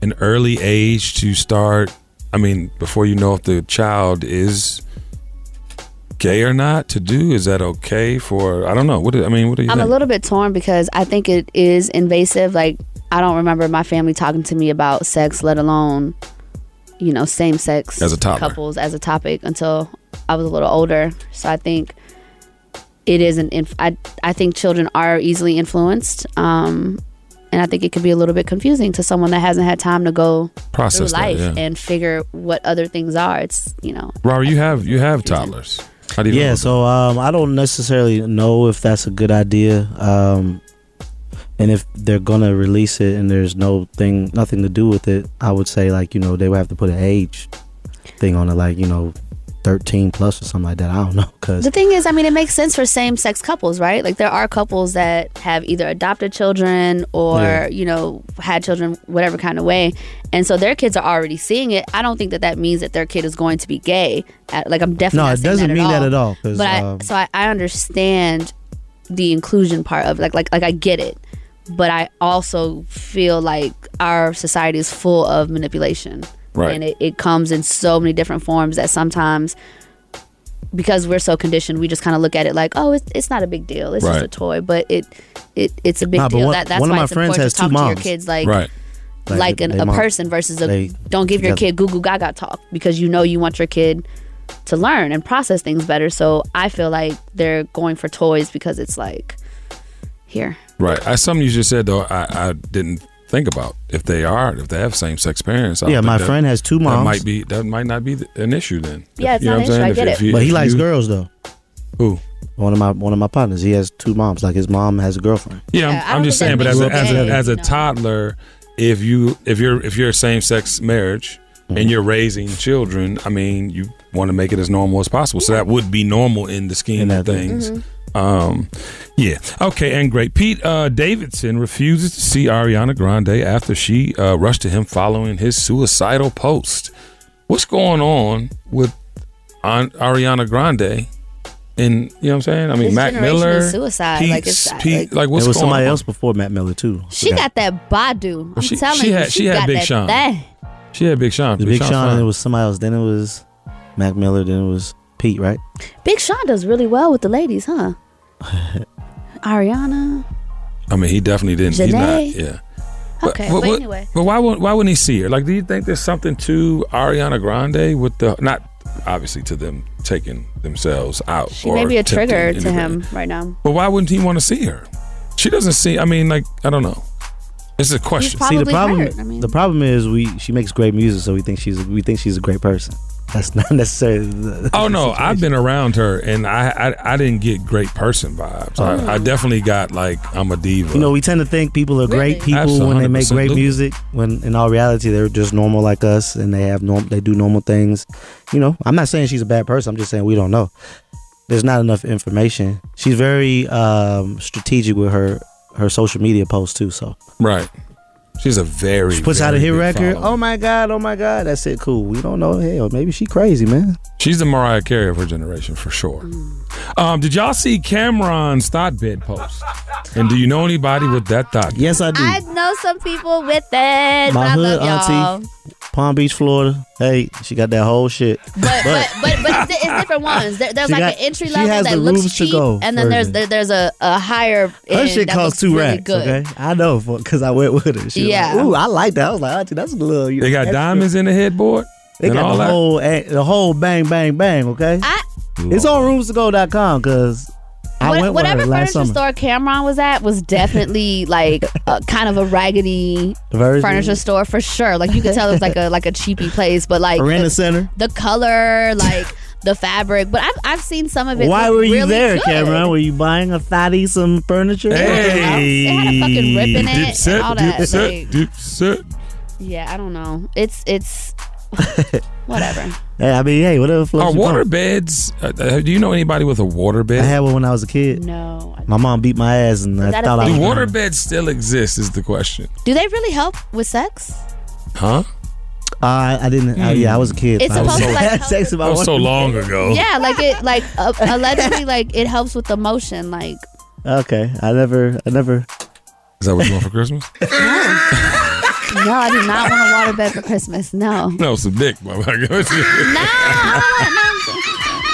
Speaker 8: an early age to start? I mean, before you know if the child is gay or not, to do is that okay for? I don't know. What do, I mean? What do you?
Speaker 7: I'm a
Speaker 8: think?
Speaker 7: little bit torn because I think it is invasive. Like I don't remember my family talking to me about sex, let alone you know same sex
Speaker 8: As a toddler.
Speaker 7: couples as a topic until I was a little older. So I think it is an inf- I, I think children are easily influenced um, and i think it can be a little bit confusing to someone that hasn't had time to go
Speaker 8: Process
Speaker 7: through
Speaker 8: that,
Speaker 7: life
Speaker 8: yeah.
Speaker 7: and figure what other things are it's you know
Speaker 8: Robert, you have you have toddlers. How do you?
Speaker 6: yeah, so um, I don't necessarily know if that's a good idea, um, and if they're gonna release it and there's no thing, nothing to do with it, I would say like you know they would have to put an age thing on it, like you know, thirteen plus or something like that. I don't know, cause
Speaker 7: the thing is i mean it makes sense for same-sex couples right like there are couples that have either adopted children or
Speaker 6: Yeah.
Speaker 7: you know had children whatever kind of way and so their kids are already seeing it i don't think that that means that their kid is going to be gay Uh, like i'm definitely
Speaker 6: no,
Speaker 7: not
Speaker 6: it
Speaker 7: saying
Speaker 6: doesn't
Speaker 7: that
Speaker 6: mean
Speaker 7: at all.
Speaker 6: that at all. 'cause,
Speaker 7: but I,
Speaker 6: um,
Speaker 7: so I, I understand the inclusion part of it. like like like I get it, but I also feel like our society is full of manipulation,
Speaker 15: Right.
Speaker 7: And it, it comes in so many different forms that sometimes because we're so conditioned, we just kind of look at it like, oh, it's, it's not a big deal, it's just
Speaker 6: Right.
Speaker 7: a toy, but it it it's a big
Speaker 6: Nah, but
Speaker 7: deal.
Speaker 6: one-
Speaker 7: that, that's
Speaker 6: one of
Speaker 7: why
Speaker 6: my
Speaker 7: it's
Speaker 6: friends
Speaker 7: important
Speaker 6: has
Speaker 7: to
Speaker 6: two
Speaker 7: talk to your
Speaker 6: moms.
Speaker 7: kids like
Speaker 6: Right.
Speaker 7: like,
Speaker 6: Like,
Speaker 7: an,
Speaker 6: they
Speaker 7: a
Speaker 6: mom-
Speaker 7: person versus a
Speaker 6: they
Speaker 7: don't give your
Speaker 6: together.
Speaker 7: kid goo goo gaga talk because you know you want your kid to learn and process things better. So I feel like they're going for toys because it's like here.
Speaker 8: Right. I, something you just said though, I, I didn't think about if they are if they have same sex parents. I don't
Speaker 6: Yeah,
Speaker 8: think
Speaker 6: my
Speaker 8: that-
Speaker 6: friend has two
Speaker 8: That
Speaker 6: moms.
Speaker 8: might be that might not be th- an issue then.
Speaker 7: Yeah, it's
Speaker 8: You know what I'm
Speaker 7: not an issue.
Speaker 8: saying?
Speaker 7: I
Speaker 8: If-
Speaker 7: get
Speaker 8: if
Speaker 7: it.
Speaker 8: you-
Speaker 6: but he
Speaker 8: if
Speaker 6: likes
Speaker 8: you-
Speaker 6: girls though.
Speaker 8: Who?
Speaker 6: One of my one of my partners. He has two moms. Like his mom has a girlfriend.
Speaker 8: Yeah, I'm- I'm, just saying. But as
Speaker 6: Grew
Speaker 8: a,
Speaker 6: up
Speaker 8: as a,
Speaker 6: together.
Speaker 8: as a toddler, if you if you're if you're a same sex marriage and you're raising children, I mean, you want to make it as normal as possible. So that would be normal in the scheme of things.
Speaker 13: Mhm.
Speaker 7: Mm-hmm.
Speaker 8: Um, yeah. Okay. And great. Pete uh, Davidson refuses to see Ariana Grande after she uh, rushed to him following his suicidal post. What's going on with An- Ariana Grande? And you know what I'm saying? I mean,
Speaker 7: This
Speaker 8: Mac
Speaker 7: generation
Speaker 8: Miller,
Speaker 7: is suicide. Like,
Speaker 8: Pete's-
Speaker 7: it's-
Speaker 8: Pete,
Speaker 7: like-
Speaker 8: like, what's
Speaker 6: there was
Speaker 8: going
Speaker 6: somebody
Speaker 8: on?
Speaker 6: else before Matt Miller too.
Speaker 7: She got that Badu. I'm
Speaker 8: she-
Speaker 7: telling
Speaker 8: she
Speaker 7: you,
Speaker 8: had-
Speaker 7: she,
Speaker 8: she had
Speaker 7: got
Speaker 8: Big
Speaker 7: that
Speaker 8: Sean.
Speaker 7: thing.
Speaker 8: She had Big Sean.
Speaker 6: It was Big, Sean,
Speaker 8: Sean.
Speaker 6: then it was somebody else. Then it was Mac Miller. Then it was Pete, right?
Speaker 7: Big Sean does really well with the ladies, huh? Ariana.
Speaker 8: I mean, he definitely didn't. He not.
Speaker 7: Janae?
Speaker 8: Yeah.
Speaker 7: Okay, but anyway.
Speaker 8: But why would why wouldn't he see her? Like, do you think there's something to Ariana Grande with the not obviously to them taking themselves out?
Speaker 7: She may be a
Speaker 8: attempting
Speaker 7: trigger to
Speaker 8: anything.
Speaker 7: him right now.
Speaker 8: But why wouldn't he want to see her? She doesn't see. I mean, like, I don't know. It's a question.
Speaker 6: See, the problem, the problem is we she makes great music, so we think she's we think she's a great person. That's not necessarily. The,
Speaker 8: Oh no, I've been around her and I I, I didn't get great person vibes.
Speaker 7: Oh.
Speaker 8: I, I definitely got like I'm a diva.
Speaker 6: you know, we tend to think people are great people
Speaker 8: Absolutely,
Speaker 6: when they make great
Speaker 8: 100%.
Speaker 6: music. When in all reality, they're just normal like us, and they have norm they do normal things. You know, I'm not saying she's a bad person. I'm just saying we don't know. There's not enough information. She's very um, strategic with her her social media posts too. So
Speaker 8: Right. She's a very
Speaker 6: she puts out a
Speaker 8: very
Speaker 6: hit
Speaker 8: big
Speaker 6: record.
Speaker 8: following.
Speaker 6: Oh my god! Oh my god! That's it. Cool. We don't know. Hell, maybe she crazy, man.
Speaker 8: She's the Mariah Carey of her generation for sure. Um, did y'all see Cameron's thought bed post? And do you know anybody with that thought?
Speaker 6: Yes, I do.
Speaker 7: I know some people with
Speaker 6: Mm.
Speaker 7: it. but
Speaker 6: My
Speaker 7: I
Speaker 6: hood
Speaker 7: love y'all.
Speaker 6: auntie, Palm Beach, Florida. Hey, she got that whole shit.
Speaker 7: But but but, but it's, di- it's different ones. There, there's
Speaker 6: She
Speaker 7: like
Speaker 6: got-
Speaker 7: an entry
Speaker 6: she
Speaker 7: level
Speaker 6: has
Speaker 7: that
Speaker 6: the
Speaker 7: looks
Speaker 6: rooms to
Speaker 7: cheap,
Speaker 6: go
Speaker 7: and then there's there, there's a, a higher.
Speaker 6: her
Speaker 7: end
Speaker 6: shit
Speaker 7: that
Speaker 6: costs
Speaker 7: looks
Speaker 6: two
Speaker 7: really
Speaker 6: racks.
Speaker 7: Good.
Speaker 6: Okay, I know because I went with her. She was
Speaker 7: Yeah.
Speaker 6: like, Ooh, I like that. I was like, auntie, that's a little. You
Speaker 8: They
Speaker 6: know,
Speaker 8: got
Speaker 6: extra."
Speaker 8: diamonds in the headboard.
Speaker 6: They
Speaker 8: and
Speaker 6: got
Speaker 8: all
Speaker 6: the
Speaker 8: that?
Speaker 6: whole eh, the whole bang bang bang. Okay, it's on roomstogo.com because I
Speaker 7: What-
Speaker 6: went with
Speaker 7: whatever
Speaker 6: her last
Speaker 7: furniture
Speaker 6: summer.
Speaker 7: store Cameron was at was definitely like a, kind of a raggedy
Speaker 6: Version.
Speaker 7: furniture store for sure. Like you could tell it was like a like a cheapy place, but like
Speaker 6: Arena
Speaker 7: the,
Speaker 6: Center.
Speaker 7: the color, like the fabric. But I've I've seen some of it.
Speaker 6: Why
Speaker 7: look
Speaker 6: were you
Speaker 7: really
Speaker 6: there,
Speaker 7: good.
Speaker 6: Cameron? Were you buying a thotty some furniture?
Speaker 8: Hey,
Speaker 7: had a fucking rip in it and
Speaker 8: Dipset,
Speaker 7: all that,
Speaker 8: Dipset,
Speaker 7: like-
Speaker 8: Dipset.
Speaker 7: Yeah, I don't know. It's it's whatever.
Speaker 6: Hey, I mean, hey, whatever floats
Speaker 8: Are
Speaker 6: your boat.
Speaker 8: water beds? Uh, uh, do you know anybody with a water
Speaker 6: I
Speaker 8: bed?
Speaker 6: had one when I was a kid.
Speaker 7: No.
Speaker 6: My mom beat my ass, and I
Speaker 7: that a
Speaker 6: thought I
Speaker 7: thing?
Speaker 6: was
Speaker 8: Do
Speaker 7: I-
Speaker 8: water beds still exist? Is the question?
Speaker 7: Do they really help with sex?
Speaker 8: Huh?
Speaker 6: Uh, I didn't. I, yeah, I was a kid.
Speaker 7: It's
Speaker 6: I was
Speaker 7: supposed to, like, help
Speaker 6: sex about
Speaker 8: That was Oh, so
Speaker 6: one-
Speaker 8: long
Speaker 6: Oh.
Speaker 8: ago.
Speaker 7: Yeah, like it like uh, allegedly like it helps with emotion. Like
Speaker 6: Okay, I never, I never.
Speaker 8: Is that what you want for Christmas?
Speaker 7: no, I do not want a water bed for Christmas. No.
Speaker 8: No, it's a dick. my bad.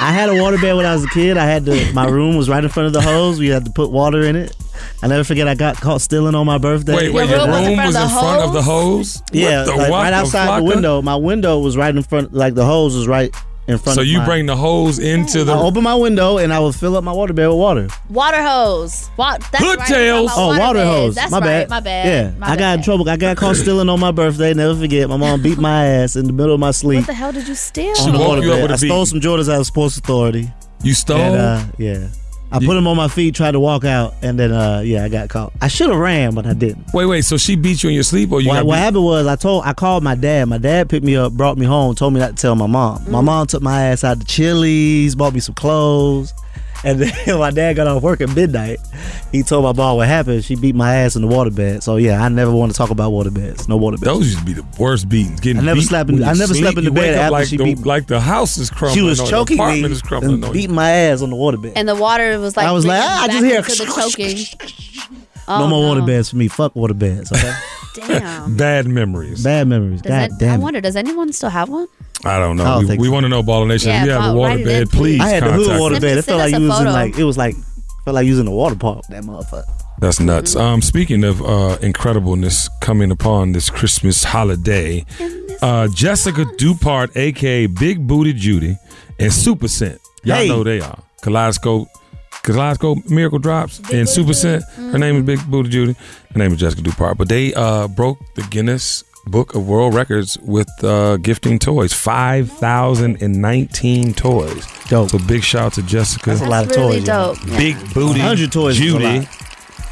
Speaker 6: I had a water bed when I was a kid. I had to. My room was right in front of the hose. We had to put water in it. I never forget. I got caught stealing on my birthday.
Speaker 8: Wait, wait. Your room was in front of the hose? What
Speaker 6: Yeah,
Speaker 8: the
Speaker 6: like,
Speaker 8: what
Speaker 6: right
Speaker 8: the
Speaker 6: outside the
Speaker 8: fucker?
Speaker 6: window. My window was right in front. Like the hose was right in front
Speaker 8: So
Speaker 6: of
Speaker 8: you
Speaker 6: my-
Speaker 8: bring the hose into
Speaker 6: I
Speaker 8: the
Speaker 6: open my window and I would fill up my water bed with water.
Speaker 7: Water hose. Wa- that's
Speaker 8: Hood
Speaker 7: right.
Speaker 8: tails.
Speaker 7: About
Speaker 6: Oh, water,
Speaker 7: beds.
Speaker 6: hose.
Speaker 7: That's
Speaker 6: my
Speaker 7: right.
Speaker 6: bad.
Speaker 7: My bad.
Speaker 6: Yeah,
Speaker 7: My
Speaker 6: I got in trouble. I got caught stealing on my birthday. Never forget. My mom beat my ass in the middle of my sleep.
Speaker 7: What the hell did you steal?
Speaker 6: on the water bed. I stole some
Speaker 7: beating.
Speaker 6: Jordans out of Sports Authority.
Speaker 8: You stole?
Speaker 6: And, uh, yeah. I put them on my feet, tried to walk out, and then uh, yeah, I got caught. I should have ran, but I didn't.
Speaker 8: wait, wait. So she beat you in your sleep, or you
Speaker 6: What,
Speaker 8: got
Speaker 6: what
Speaker 8: beat-
Speaker 6: happened was I told I called my dad. My dad picked me up, brought me home, told me not to tell my mom. My mom took my ass out to Chili's, bought me some clothes, and then my dad got off work at midnight. He told my mom what happened. She beat my ass in the water bed. So yeah, I never want to talk about water beds. No water beds.
Speaker 8: Those used to be the worst beatings. Getting
Speaker 6: I never
Speaker 8: beat
Speaker 6: slept in-
Speaker 8: when you
Speaker 6: I never
Speaker 8: sleep,
Speaker 6: slept in the
Speaker 8: you wake
Speaker 6: bed
Speaker 8: up
Speaker 6: after
Speaker 8: like
Speaker 6: she
Speaker 8: the,
Speaker 6: beat-
Speaker 8: like the house is crumbling.
Speaker 6: She was
Speaker 8: or
Speaker 6: choking
Speaker 8: the apartment
Speaker 6: me
Speaker 8: is crumbling.
Speaker 6: and
Speaker 8: on you.
Speaker 6: beating my ass on the water bed.
Speaker 7: And the water was like.
Speaker 6: I was like,
Speaker 7: bringing
Speaker 6: ah,
Speaker 7: you
Speaker 6: I
Speaker 7: back
Speaker 6: just hear-
Speaker 7: into the choking. Oh,
Speaker 6: no more water
Speaker 7: no.
Speaker 6: beds for me. Fuck water beds. Okay.
Speaker 7: Damn.
Speaker 8: Bad memories.
Speaker 6: Bad memories.
Speaker 7: Does
Speaker 6: God
Speaker 7: that- I
Speaker 6: damn. it.
Speaker 7: wonder, does anyone still have one?
Speaker 8: I don't know.
Speaker 6: I don't
Speaker 8: we
Speaker 6: think
Speaker 8: want to know, Baller Nation.
Speaker 7: Yeah,
Speaker 8: if you have
Speaker 7: Baller-
Speaker 8: a
Speaker 7: write
Speaker 8: water
Speaker 7: it
Speaker 8: bed,
Speaker 7: in,
Speaker 8: please.
Speaker 7: please.
Speaker 6: I had the
Speaker 8: contact
Speaker 6: hood water
Speaker 8: us.
Speaker 6: bed. It felt
Speaker 7: Send
Speaker 6: like
Speaker 7: us
Speaker 6: you
Speaker 7: a
Speaker 6: was in
Speaker 7: photo.
Speaker 6: like it was like felt like you was in a water park. That motherfucker.
Speaker 8: That's nuts. Um, speaking of uh, incredibleness coming upon this Christmas holiday, uh, Jessica Dupart, aka Big Booty Judy, and Super Scent. Y'all
Speaker 15: Hey.
Speaker 8: know they are. Kaleidoscope, Kaleidoscope Miracle Drops, and Super Scent. Her name is Big Booty Judy. Her name is Jessica Dupart. But they uh, broke the Guinness Book of World Records with uh, gifting toys 5,019 toys. Dope. So big shout out to Jessica.
Speaker 7: That's a lot of That's really toys, y'all. dope, yeah.
Speaker 8: Big Booty
Speaker 6: 100 toys is a
Speaker 8: Judy.
Speaker 6: lot.
Speaker 7: I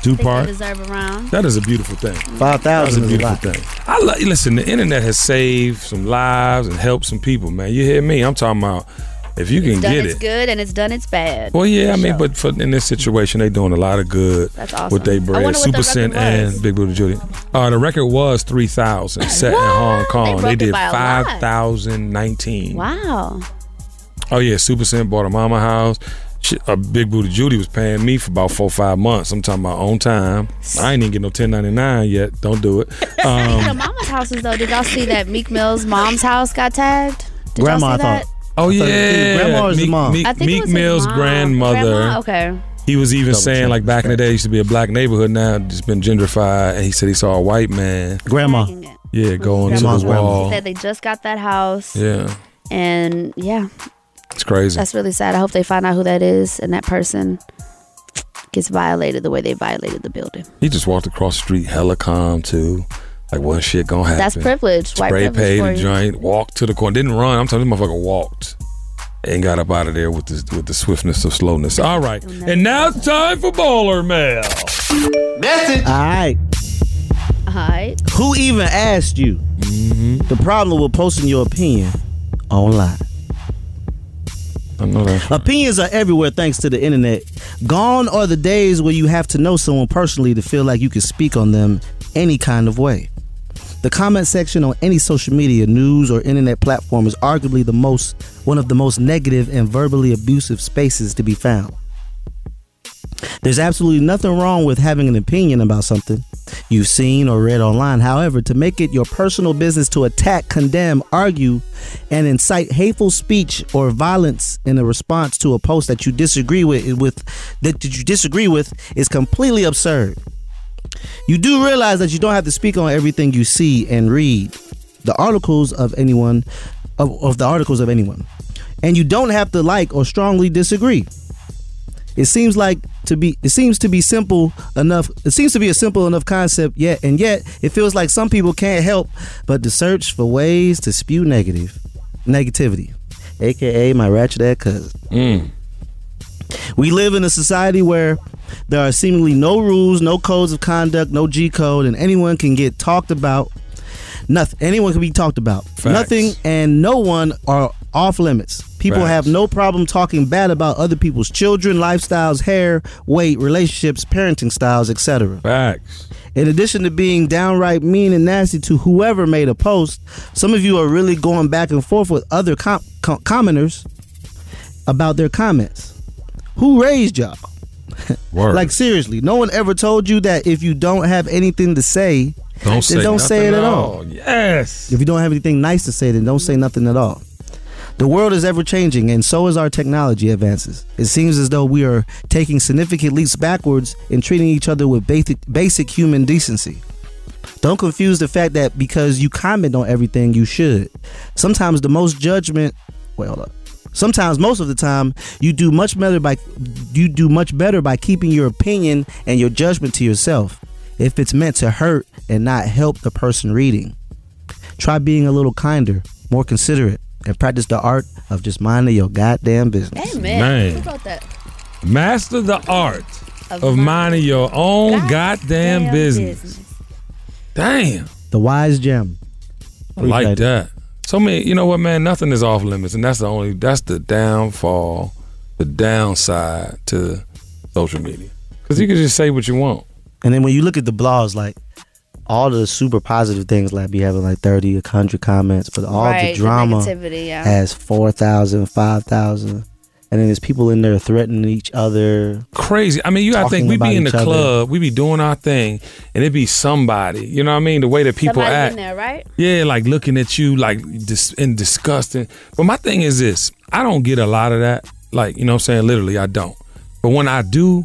Speaker 7: think they
Speaker 8: Dupart.
Speaker 7: deserve a round.
Speaker 8: That is a beautiful thing.
Speaker 6: Five thousand
Speaker 8: That
Speaker 6: is
Speaker 8: was
Speaker 6: a
Speaker 8: a beautiful
Speaker 6: lot.
Speaker 8: thing. I lo- listen. The internet has saved some lives and helped some people, man. You hear me? I'm talking about if you can
Speaker 7: It's done
Speaker 8: get
Speaker 7: its
Speaker 8: it.
Speaker 7: good and it's done its bad.
Speaker 8: Well, yeah, I mean,
Speaker 7: Sure.
Speaker 8: but for, in this situation, they doing a lot of good
Speaker 7: That's awesome.
Speaker 8: with their
Speaker 7: I wonder
Speaker 8: bread,
Speaker 7: what the
Speaker 8: Super
Speaker 7: record
Speaker 8: Cent
Speaker 7: was.
Speaker 8: and Big Booty Judy. Uh, the record was three thousand set in Hong Kong.
Speaker 7: broke
Speaker 8: They,
Speaker 7: it
Speaker 8: did
Speaker 7: by a lot.
Speaker 8: five thousand nineteen.
Speaker 7: Wow.
Speaker 8: Oh yeah, Super Cent bought a mama house. Shit, a Big Booty Judy was paying me for about four five months. I'm talking about own time. I ain't even get no 1099 yet. Don't do it. Um,
Speaker 7: Speaking of mama's houses, though, did y'all see that Meek Mill's mom's house got tagged? Did y'all
Speaker 8: Grandma,
Speaker 7: see
Speaker 8: I
Speaker 7: that?
Speaker 8: thought. Oh
Speaker 6: I thought it was
Speaker 8: yeah,
Speaker 6: either grandma or his
Speaker 8: Meek,
Speaker 6: mom.
Speaker 8: Meek,
Speaker 7: I think it
Speaker 8: Meek
Speaker 7: was his
Speaker 8: Mill's
Speaker 7: mom.
Speaker 8: grandmother.
Speaker 7: Grandma? Okay.
Speaker 8: He was even
Speaker 6: Double
Speaker 8: saying like back in the day, it used to be a black neighborhood. Now it's been gentrified, and he said he saw a white man.
Speaker 6: Grandma.
Speaker 8: Yeah, going to
Speaker 6: Grandma's
Speaker 8: the
Speaker 6: grandma.
Speaker 8: wall.
Speaker 7: Said they just got that house.
Speaker 8: Oh. Yeah,
Speaker 7: And yeah,
Speaker 8: it's crazy.
Speaker 7: that's really sad. I hope they find out who that is and that person gets violated the way they violated the building.
Speaker 8: He just walked across the street, hella calm too. Like what shit gonna happen?
Speaker 7: That's privilege, white
Speaker 8: Spray
Speaker 7: privilege
Speaker 8: paid
Speaker 7: for
Speaker 8: a
Speaker 7: you.
Speaker 8: joint, walked to the corner, didn't run. I'm telling you, this motherfucker walked and got up out of there with the with the swiftness of slowness. All right, and now it's time for baller mail.
Speaker 6: Message. All right.
Speaker 7: All right.
Speaker 6: Who even asked you?
Speaker 8: Mm-hmm.
Speaker 6: The problem with posting your opinion online.
Speaker 8: I know that.
Speaker 6: Opinions are everywhere thanks to the internet. Gone are the days where you have to know someone personally to feel like you can speak on them any kind of way. The comment section on any social media, news, or internet platform is arguably the most one of the most negative and verbally abusive spaces to be found. There's absolutely nothing wrong with having an opinion about something you've seen or read online. However, to make it your personal business to attack, condemn, argue, and incite hateful speech or violence in a response to a post that you disagree with, with that you disagree with is completely absurd. You do realize that you don't have to speak on everything you see and read the articles of anyone of, of the articles of anyone. And you don't have to like or strongly disagree. It seems like to be it seems to be simple enough it seems to be a simple enough concept yet and yet it feels like some people can't help but to search for ways to spew negative negativity. AKA my ratchet ass cousin. We live in a society where there are seemingly no rules, no codes of conduct, no G code, and anyone can get talked about. Nothing. Anyone can be talked about. Nothing and no one are off limits. People
Speaker 15: Facts.
Speaker 6: have no problem talking bad about other people's children, lifestyles, hair, weight, relationships, parenting styles, etc.
Speaker 8: Facts.
Speaker 6: In addition to being downright mean and nasty to whoever made a post, some of you are really going back and forth with other com- com- commenters about their comments. Who raised y'all? like seriously, no one ever told you that if you don't have anything to say, then don't say it
Speaker 8: nothing
Speaker 6: at all.
Speaker 8: Yes.
Speaker 6: If you don't have anything nice to say, then don't say nothing at all. The world is ever changing, and so is our technology advances. It seems as though we are taking significant leaps backwards in treating each other with basic, basic human decency. Don't confuse the fact that because you comment on everything, you should. Sometimes the most judgment. Wait, hold up. sometimes most of the time you do much better by you do much better by keeping your opinion and your judgment to yourself if it's meant to hurt and not help the person reading. Try being a little kinder, more considerate, and practice the art of just minding your goddamn business.
Speaker 7: Amen.
Speaker 8: Man.
Speaker 7: Who wrote that?
Speaker 8: Master the art
Speaker 7: Of
Speaker 8: of, minding your own goddamn
Speaker 7: damn
Speaker 8: business. Damn.
Speaker 6: The wise gem.
Speaker 8: I like that. So many, you know what, man? Nothing is off limits, and that's the only that's the downfall, the downside to social media. Because you can just say what you want.
Speaker 6: And then when you look at the blogs, like all the super positive things, like be having like 30, 100 comments, but all
Speaker 7: Right,
Speaker 6: the
Speaker 7: the
Speaker 6: drama
Speaker 7: negativity, yeah.
Speaker 6: has 4,000, 5,000. And then there's people in there threatening each other.
Speaker 8: Crazy. I mean, you gotta think
Speaker 6: Talking
Speaker 8: we
Speaker 6: about
Speaker 8: be in the
Speaker 6: each other.
Speaker 8: club, we be doing our thing, and it be somebody. You know what I mean? The way that people
Speaker 7: Somebody's
Speaker 8: act.
Speaker 7: in there, right?
Speaker 8: Yeah, like looking at you like dis- in disgust. and- But my thing is this I don't get a lot of that. Like, you know what I'm saying? Literally, I don't. But when I do,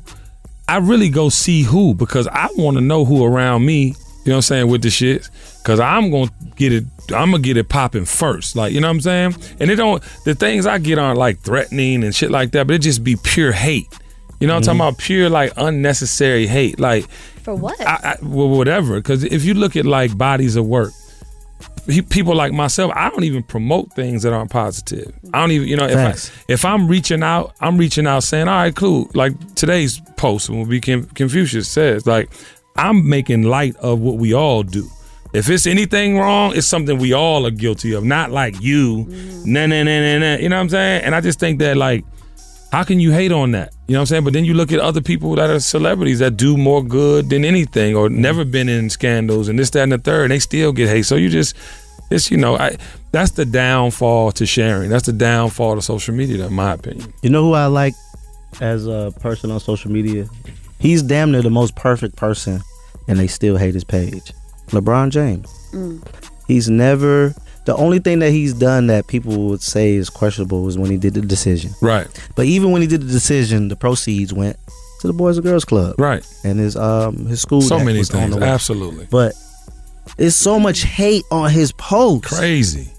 Speaker 8: I really go see who because I want to know who around me, you know what I'm saying, with the shits. Cause I'm gonna get it I'm gonna get it popping first. Like, you know what I'm saying? And it don't the things I get aren't like threatening and shit like that, but it just be pure hate. You know what I'm talking about? Pure like unnecessary hate. Like
Speaker 7: For what?
Speaker 8: I, I, well, whatever. Because if you look at like bodies of work, he, people like myself, I don't even promote things that aren't positive. I don't even, you know, if, I,
Speaker 6: Facts.
Speaker 8: if I'm reaching out, I'm reaching out saying, all right, cool. Like today's post, when we Con- Confucius says, like, I'm making light of what we all do. If it's anything wrong, it's something we all are guilty of, not like you, nah, nah, nah, nah, nah. You know what I'm saying? And I just think that, like, how can you hate on that? You know what I'm saying? But then you look at other people that are celebrities that do more good than anything or never been in scandals and this, that, and the third, and they still get hate. So you just, it's, you know, I, that's the downfall to sharing. That's the downfall to social media, in my opinion.
Speaker 6: You know who I like as a person on social media? He's damn near the most perfect person, and they still hate his page. LeBron James.
Speaker 14: Mm.
Speaker 6: He's never. The only thing that he's done that people would say is questionable was when he did the decision.
Speaker 8: Right.
Speaker 6: But even when he did the decision, the proceeds went to the Boys and Girls Club.
Speaker 8: Right.
Speaker 6: And his um his school.
Speaker 8: So
Speaker 6: that
Speaker 8: many
Speaker 6: was on
Speaker 8: things,
Speaker 6: the way.
Speaker 8: absolutely.
Speaker 6: But it's so much hate on his post.
Speaker 8: Crazy.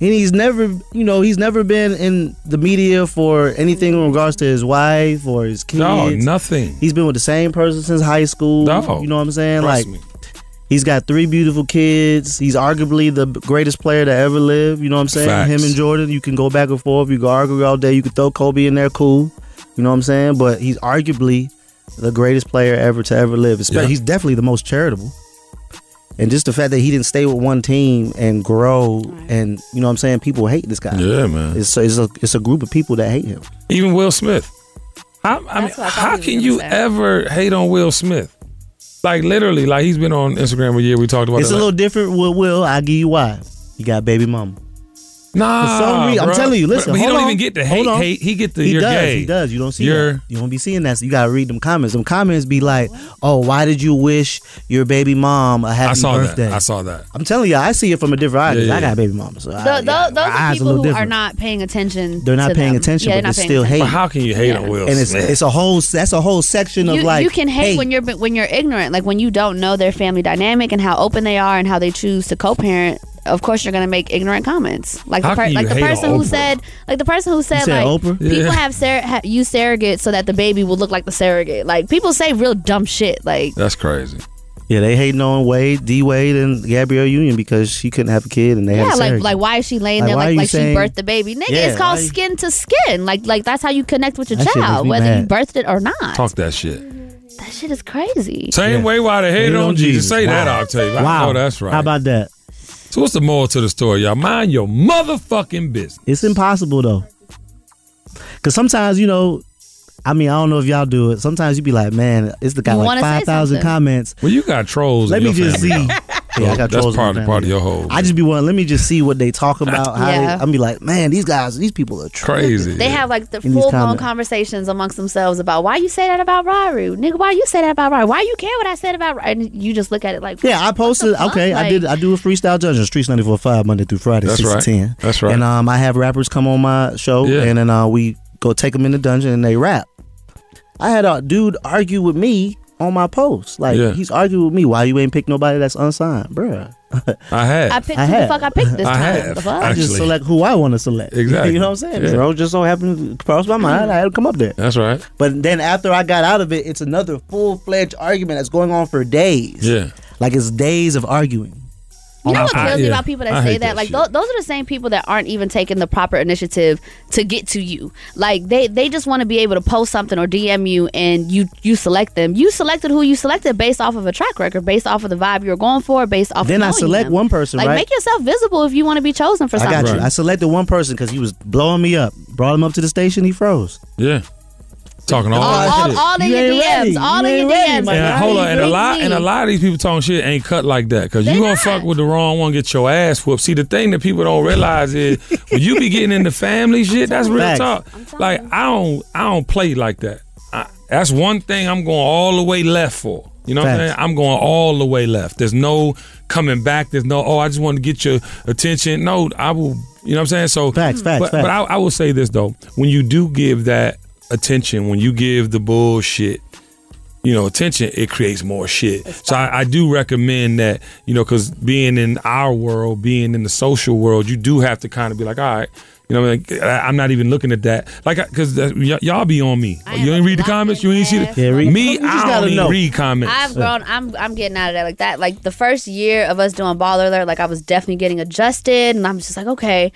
Speaker 6: And he's never, you know, he's never been in the media for anything in regards to his wife or his kids.
Speaker 8: No, nothing.
Speaker 6: He's been with the same person since high school.
Speaker 8: No.
Speaker 6: You know what I'm saying?
Speaker 8: Trust me.
Speaker 6: like he's got three beautiful kids. He's arguably the greatest player to ever live. You know what I'm saying?
Speaker 8: Facts.
Speaker 6: Him and Jordan, you can go back and forth. You can argue all day. You can throw Kobe in there, cool. You know what I'm saying? But he's arguably the greatest player ever to ever live. Espe-
Speaker 8: Yeah.
Speaker 6: He's definitely the most charitable. And just the fact that he didn't stay with one team and grow, and you know what I'm saying, people hate this guy.
Speaker 8: Yeah, man.
Speaker 6: It's it's a, it's a group of people that hate him.
Speaker 8: Even Will Smith. How, I mean, how can you ever hate on Will Smith? Like, literally, like, he's been on Instagram a year. We talked about
Speaker 6: it's
Speaker 8: that
Speaker 6: a
Speaker 8: last-
Speaker 6: little different with Will. I'll give you why. You got baby mama.
Speaker 8: Nah,
Speaker 6: For some reason- I'm
Speaker 8: bruh.
Speaker 6: telling you. Listen,
Speaker 8: Ah, But he
Speaker 6: hold
Speaker 8: don't
Speaker 6: on,
Speaker 8: even get the
Speaker 6: hold
Speaker 8: hate-
Speaker 6: on.
Speaker 8: hate. He get the,
Speaker 6: He
Speaker 8: "You're
Speaker 6: does.
Speaker 8: gay."
Speaker 6: He does. You don't see.
Speaker 8: You're-
Speaker 6: that. You won't be seeing that. So you gotta read them comments. Them comments be like, "Oh, why did you wish your baby mom a happy
Speaker 8: I saw
Speaker 6: birthday?"
Speaker 8: that. I saw that.
Speaker 6: I'm telling you, I see it from a different eye. 'cause
Speaker 8: Yeah, yeah,
Speaker 6: I
Speaker 8: yeah.
Speaker 6: got baby mama, so I,
Speaker 7: Tho- tho-
Speaker 6: eyes
Speaker 7: those are
Speaker 6: a
Speaker 7: people
Speaker 6: little
Speaker 7: who are
Speaker 6: different.
Speaker 7: not paying attention.
Speaker 6: they're not
Speaker 7: to
Speaker 6: paying
Speaker 7: them.
Speaker 6: attention,
Speaker 7: Yeah, they're
Speaker 6: but
Speaker 7: not
Speaker 6: they
Speaker 7: paying
Speaker 6: still hate.
Speaker 7: attention.
Speaker 8: can you hate on Will
Speaker 6: And it's
Speaker 8: Smith?
Speaker 6: it's a whole that's a whole section
Speaker 7: You,
Speaker 6: of like
Speaker 7: you can hate, when you're when you're ignorant, like when you don't know their family dynamic and how open they are and how they choose to co-parent. Of course, you're gonna make ignorant comments, like
Speaker 14: How
Speaker 7: the per-
Speaker 14: can you
Speaker 7: like the
Speaker 14: hate on
Speaker 7: person who
Speaker 14: Oprah?
Speaker 7: said, like the person who said,
Speaker 14: said
Speaker 7: like
Speaker 14: Oprah?
Speaker 7: people
Speaker 14: Yeah.
Speaker 7: have sur- ha- use surrogates so that the baby will look like the surrogate. Like people say real dumb shit. Like
Speaker 8: That's crazy.
Speaker 6: Yeah, they hating on Wade, D Wade, and Gabrielle Union because she couldn't have a kid and they had a
Speaker 7: yeah, like
Speaker 6: surrogate.
Speaker 7: like why is she laying
Speaker 6: Like,
Speaker 7: there
Speaker 6: why are
Speaker 7: like
Speaker 6: you
Speaker 7: like
Speaker 6: saying-
Speaker 7: she birthed the baby? Nigga,
Speaker 6: Yeah,
Speaker 7: it's called
Speaker 6: why you-
Speaker 7: skin to skin. Like like that's how you connect with your
Speaker 8: That shit makes
Speaker 7: child,
Speaker 8: me
Speaker 7: whether you
Speaker 8: mad.
Speaker 7: birthed it or not.
Speaker 8: Talk that shit.
Speaker 7: That shit is crazy.
Speaker 8: Same way why they hate on Jesus. Say that,
Speaker 6: Wow.
Speaker 8: Octave. I
Speaker 6: Wow.
Speaker 8: know that's right.
Speaker 6: How about that?
Speaker 8: So what's the moral to the story, y'all? Mind your motherfucking business.
Speaker 6: It's impossible though. Cause sometimes, you know, I mean, I don't know if y'all do it. Sometimes you be like, man, it's the guy
Speaker 8: You
Speaker 6: like
Speaker 8: wanna say
Speaker 6: five thousand
Speaker 8: something.
Speaker 6: comments.
Speaker 8: Well, you got trolls.
Speaker 6: Let
Speaker 8: in
Speaker 6: me
Speaker 8: your
Speaker 6: just
Speaker 8: family,
Speaker 6: see.
Speaker 8: though.
Speaker 6: Yeah, I
Speaker 8: So
Speaker 6: got
Speaker 8: that's
Speaker 6: trolls in
Speaker 8: part
Speaker 6: my
Speaker 8: part of
Speaker 6: family.
Speaker 8: your whole
Speaker 6: I just be wanting. Let me just see what they talk about. How
Speaker 7: Yeah.
Speaker 6: they, I'm be like, man, these guys, these people are
Speaker 8: crazy.
Speaker 7: They have like the
Speaker 6: In these
Speaker 7: full blown
Speaker 6: comments.
Speaker 7: conversations amongst themselves about why you say that about Raru, nigga. Why you say that about Raru? Why you care what I said about? Raru? And you just look at it like,
Speaker 6: Yeah, I posted. Okay, I did. I do a freestyle judging streets ninety four five Monday through Friday,
Speaker 8: That's
Speaker 6: six
Speaker 8: right.
Speaker 6: to ten.
Speaker 8: That's right.
Speaker 6: And um, I have rappers come on my show,
Speaker 8: Yeah.
Speaker 6: and then uh, we go take them in the dungeon and they rap. I had a dude argue with me on my post. Like
Speaker 8: Yeah.
Speaker 6: he's arguing with me. Why you ain't pick nobody that's unsigned, bruh?
Speaker 8: I had.
Speaker 7: I picked who the fuck I picked this
Speaker 6: I
Speaker 7: time.
Speaker 6: have,
Speaker 7: The fuck?
Speaker 6: I just select who I want to select.
Speaker 8: Exactly.
Speaker 6: you know what I'm saying?
Speaker 8: Yeah.
Speaker 6: Monroe just so happened to cross my mind. I had to come up there.
Speaker 8: That's right.
Speaker 6: But then after I got out of it, it's another full fledged argument that's going on for days.
Speaker 8: Yeah.
Speaker 6: Like it's days of arguing.
Speaker 7: You know
Speaker 6: On
Speaker 7: what
Speaker 6: my
Speaker 7: kills
Speaker 6: post.
Speaker 7: me about people that
Speaker 6: I
Speaker 7: say
Speaker 6: hate
Speaker 7: that? like th- those are the same people that aren't even taking the proper initiative to get to you. Like they they just want to be able to post something or DM you, and you you select them. You selected who you selected based off of a track record, based off of the vibe you were going for, based off.
Speaker 6: Then
Speaker 7: of
Speaker 6: I
Speaker 7: knowing
Speaker 6: select
Speaker 7: them.
Speaker 6: one person,
Speaker 7: Like
Speaker 6: right?
Speaker 7: make yourself visible if you want to be chosen for
Speaker 6: I
Speaker 7: something.
Speaker 6: got you. I selected one person because he was blowing me up. Brought him up to the station. He froze.
Speaker 8: Yeah. Talking
Speaker 6: Oh,
Speaker 8: all,
Speaker 7: all,
Speaker 8: that
Speaker 7: all,
Speaker 8: shit.
Speaker 7: all in
Speaker 6: You
Speaker 7: your
Speaker 6: ain't
Speaker 7: DMs,
Speaker 6: ready.
Speaker 7: all
Speaker 6: You
Speaker 7: in
Speaker 6: ain't
Speaker 7: your
Speaker 6: ready,
Speaker 7: DMs.
Speaker 6: my
Speaker 8: And
Speaker 7: Like,
Speaker 8: hold
Speaker 7: you
Speaker 8: on, and a
Speaker 7: agree
Speaker 8: lot
Speaker 7: with
Speaker 8: and a
Speaker 7: me.
Speaker 8: lot of these people talking shit ain't cut like that because you gonna fuck with the wrong one, get your ass whooped. See, the thing that people don't realize is when you be getting into family shit, that's real
Speaker 15: Facts.
Speaker 8: talk. Like I don't I don't play like that. I, that's one thing I'm going all the way left for. You know what I'm
Speaker 15: Facts.
Speaker 8: saying? I'm going all the way left. There's no coming back. There's no oh I just want to get your attention. No, I will. You know what I'm saying? So facts,
Speaker 6: facts,
Speaker 8: But,
Speaker 6: facts.
Speaker 8: but I, I will say this though: when you do give that attention, when you give the bullshit you know attention it creates more shit so I, I do recommend that you know because being in our world being in the social world you do have to kind of be like all right you know like, I- i'm not even looking at that like because y- y'all be on me you ain't read the comments you ain't see the, me i don't even read comments
Speaker 7: I've grown. I'm I'm getting out of that like that. Like the first year of us doing Baller Alert, like I was definitely getting adjusted, and I'm just like okay.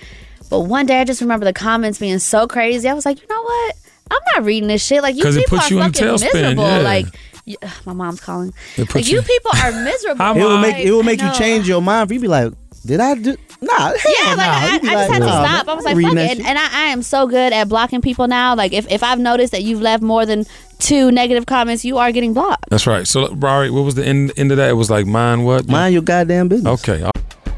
Speaker 7: But one day I just remember the comments being so crazy. I was like, you know what? I'm not reading this shit. Like you
Speaker 8: 'Cause it
Speaker 7: people
Speaker 8: puts
Speaker 7: are
Speaker 8: you in a
Speaker 7: fucking
Speaker 8: tailspin,
Speaker 7: miserable.
Speaker 8: yeah.
Speaker 7: Like you, ugh, my mom's calling.
Speaker 6: It
Speaker 7: Like
Speaker 6: puts
Speaker 7: you
Speaker 6: you-
Speaker 7: people are miserable.
Speaker 6: it will make
Speaker 7: Like,
Speaker 6: it will
Speaker 7: I
Speaker 6: make you
Speaker 7: know.
Speaker 6: change your mind. You be like, did I do? Nah, uh,
Speaker 7: Yeah, like, I, I just had to stop. I was like, fuck it. And, and I, I am so good at blocking people now. Like, if, if I've noticed that you've left more than two negative comments, you are getting blocked.
Speaker 8: that's right so Rari, what was the end, end of that it was like mine what
Speaker 6: mind your goddamn business
Speaker 8: okay all-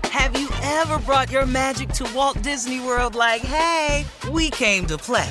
Speaker 9: Have you ever brought your magic to Walt Disney World like, hey, we came to play?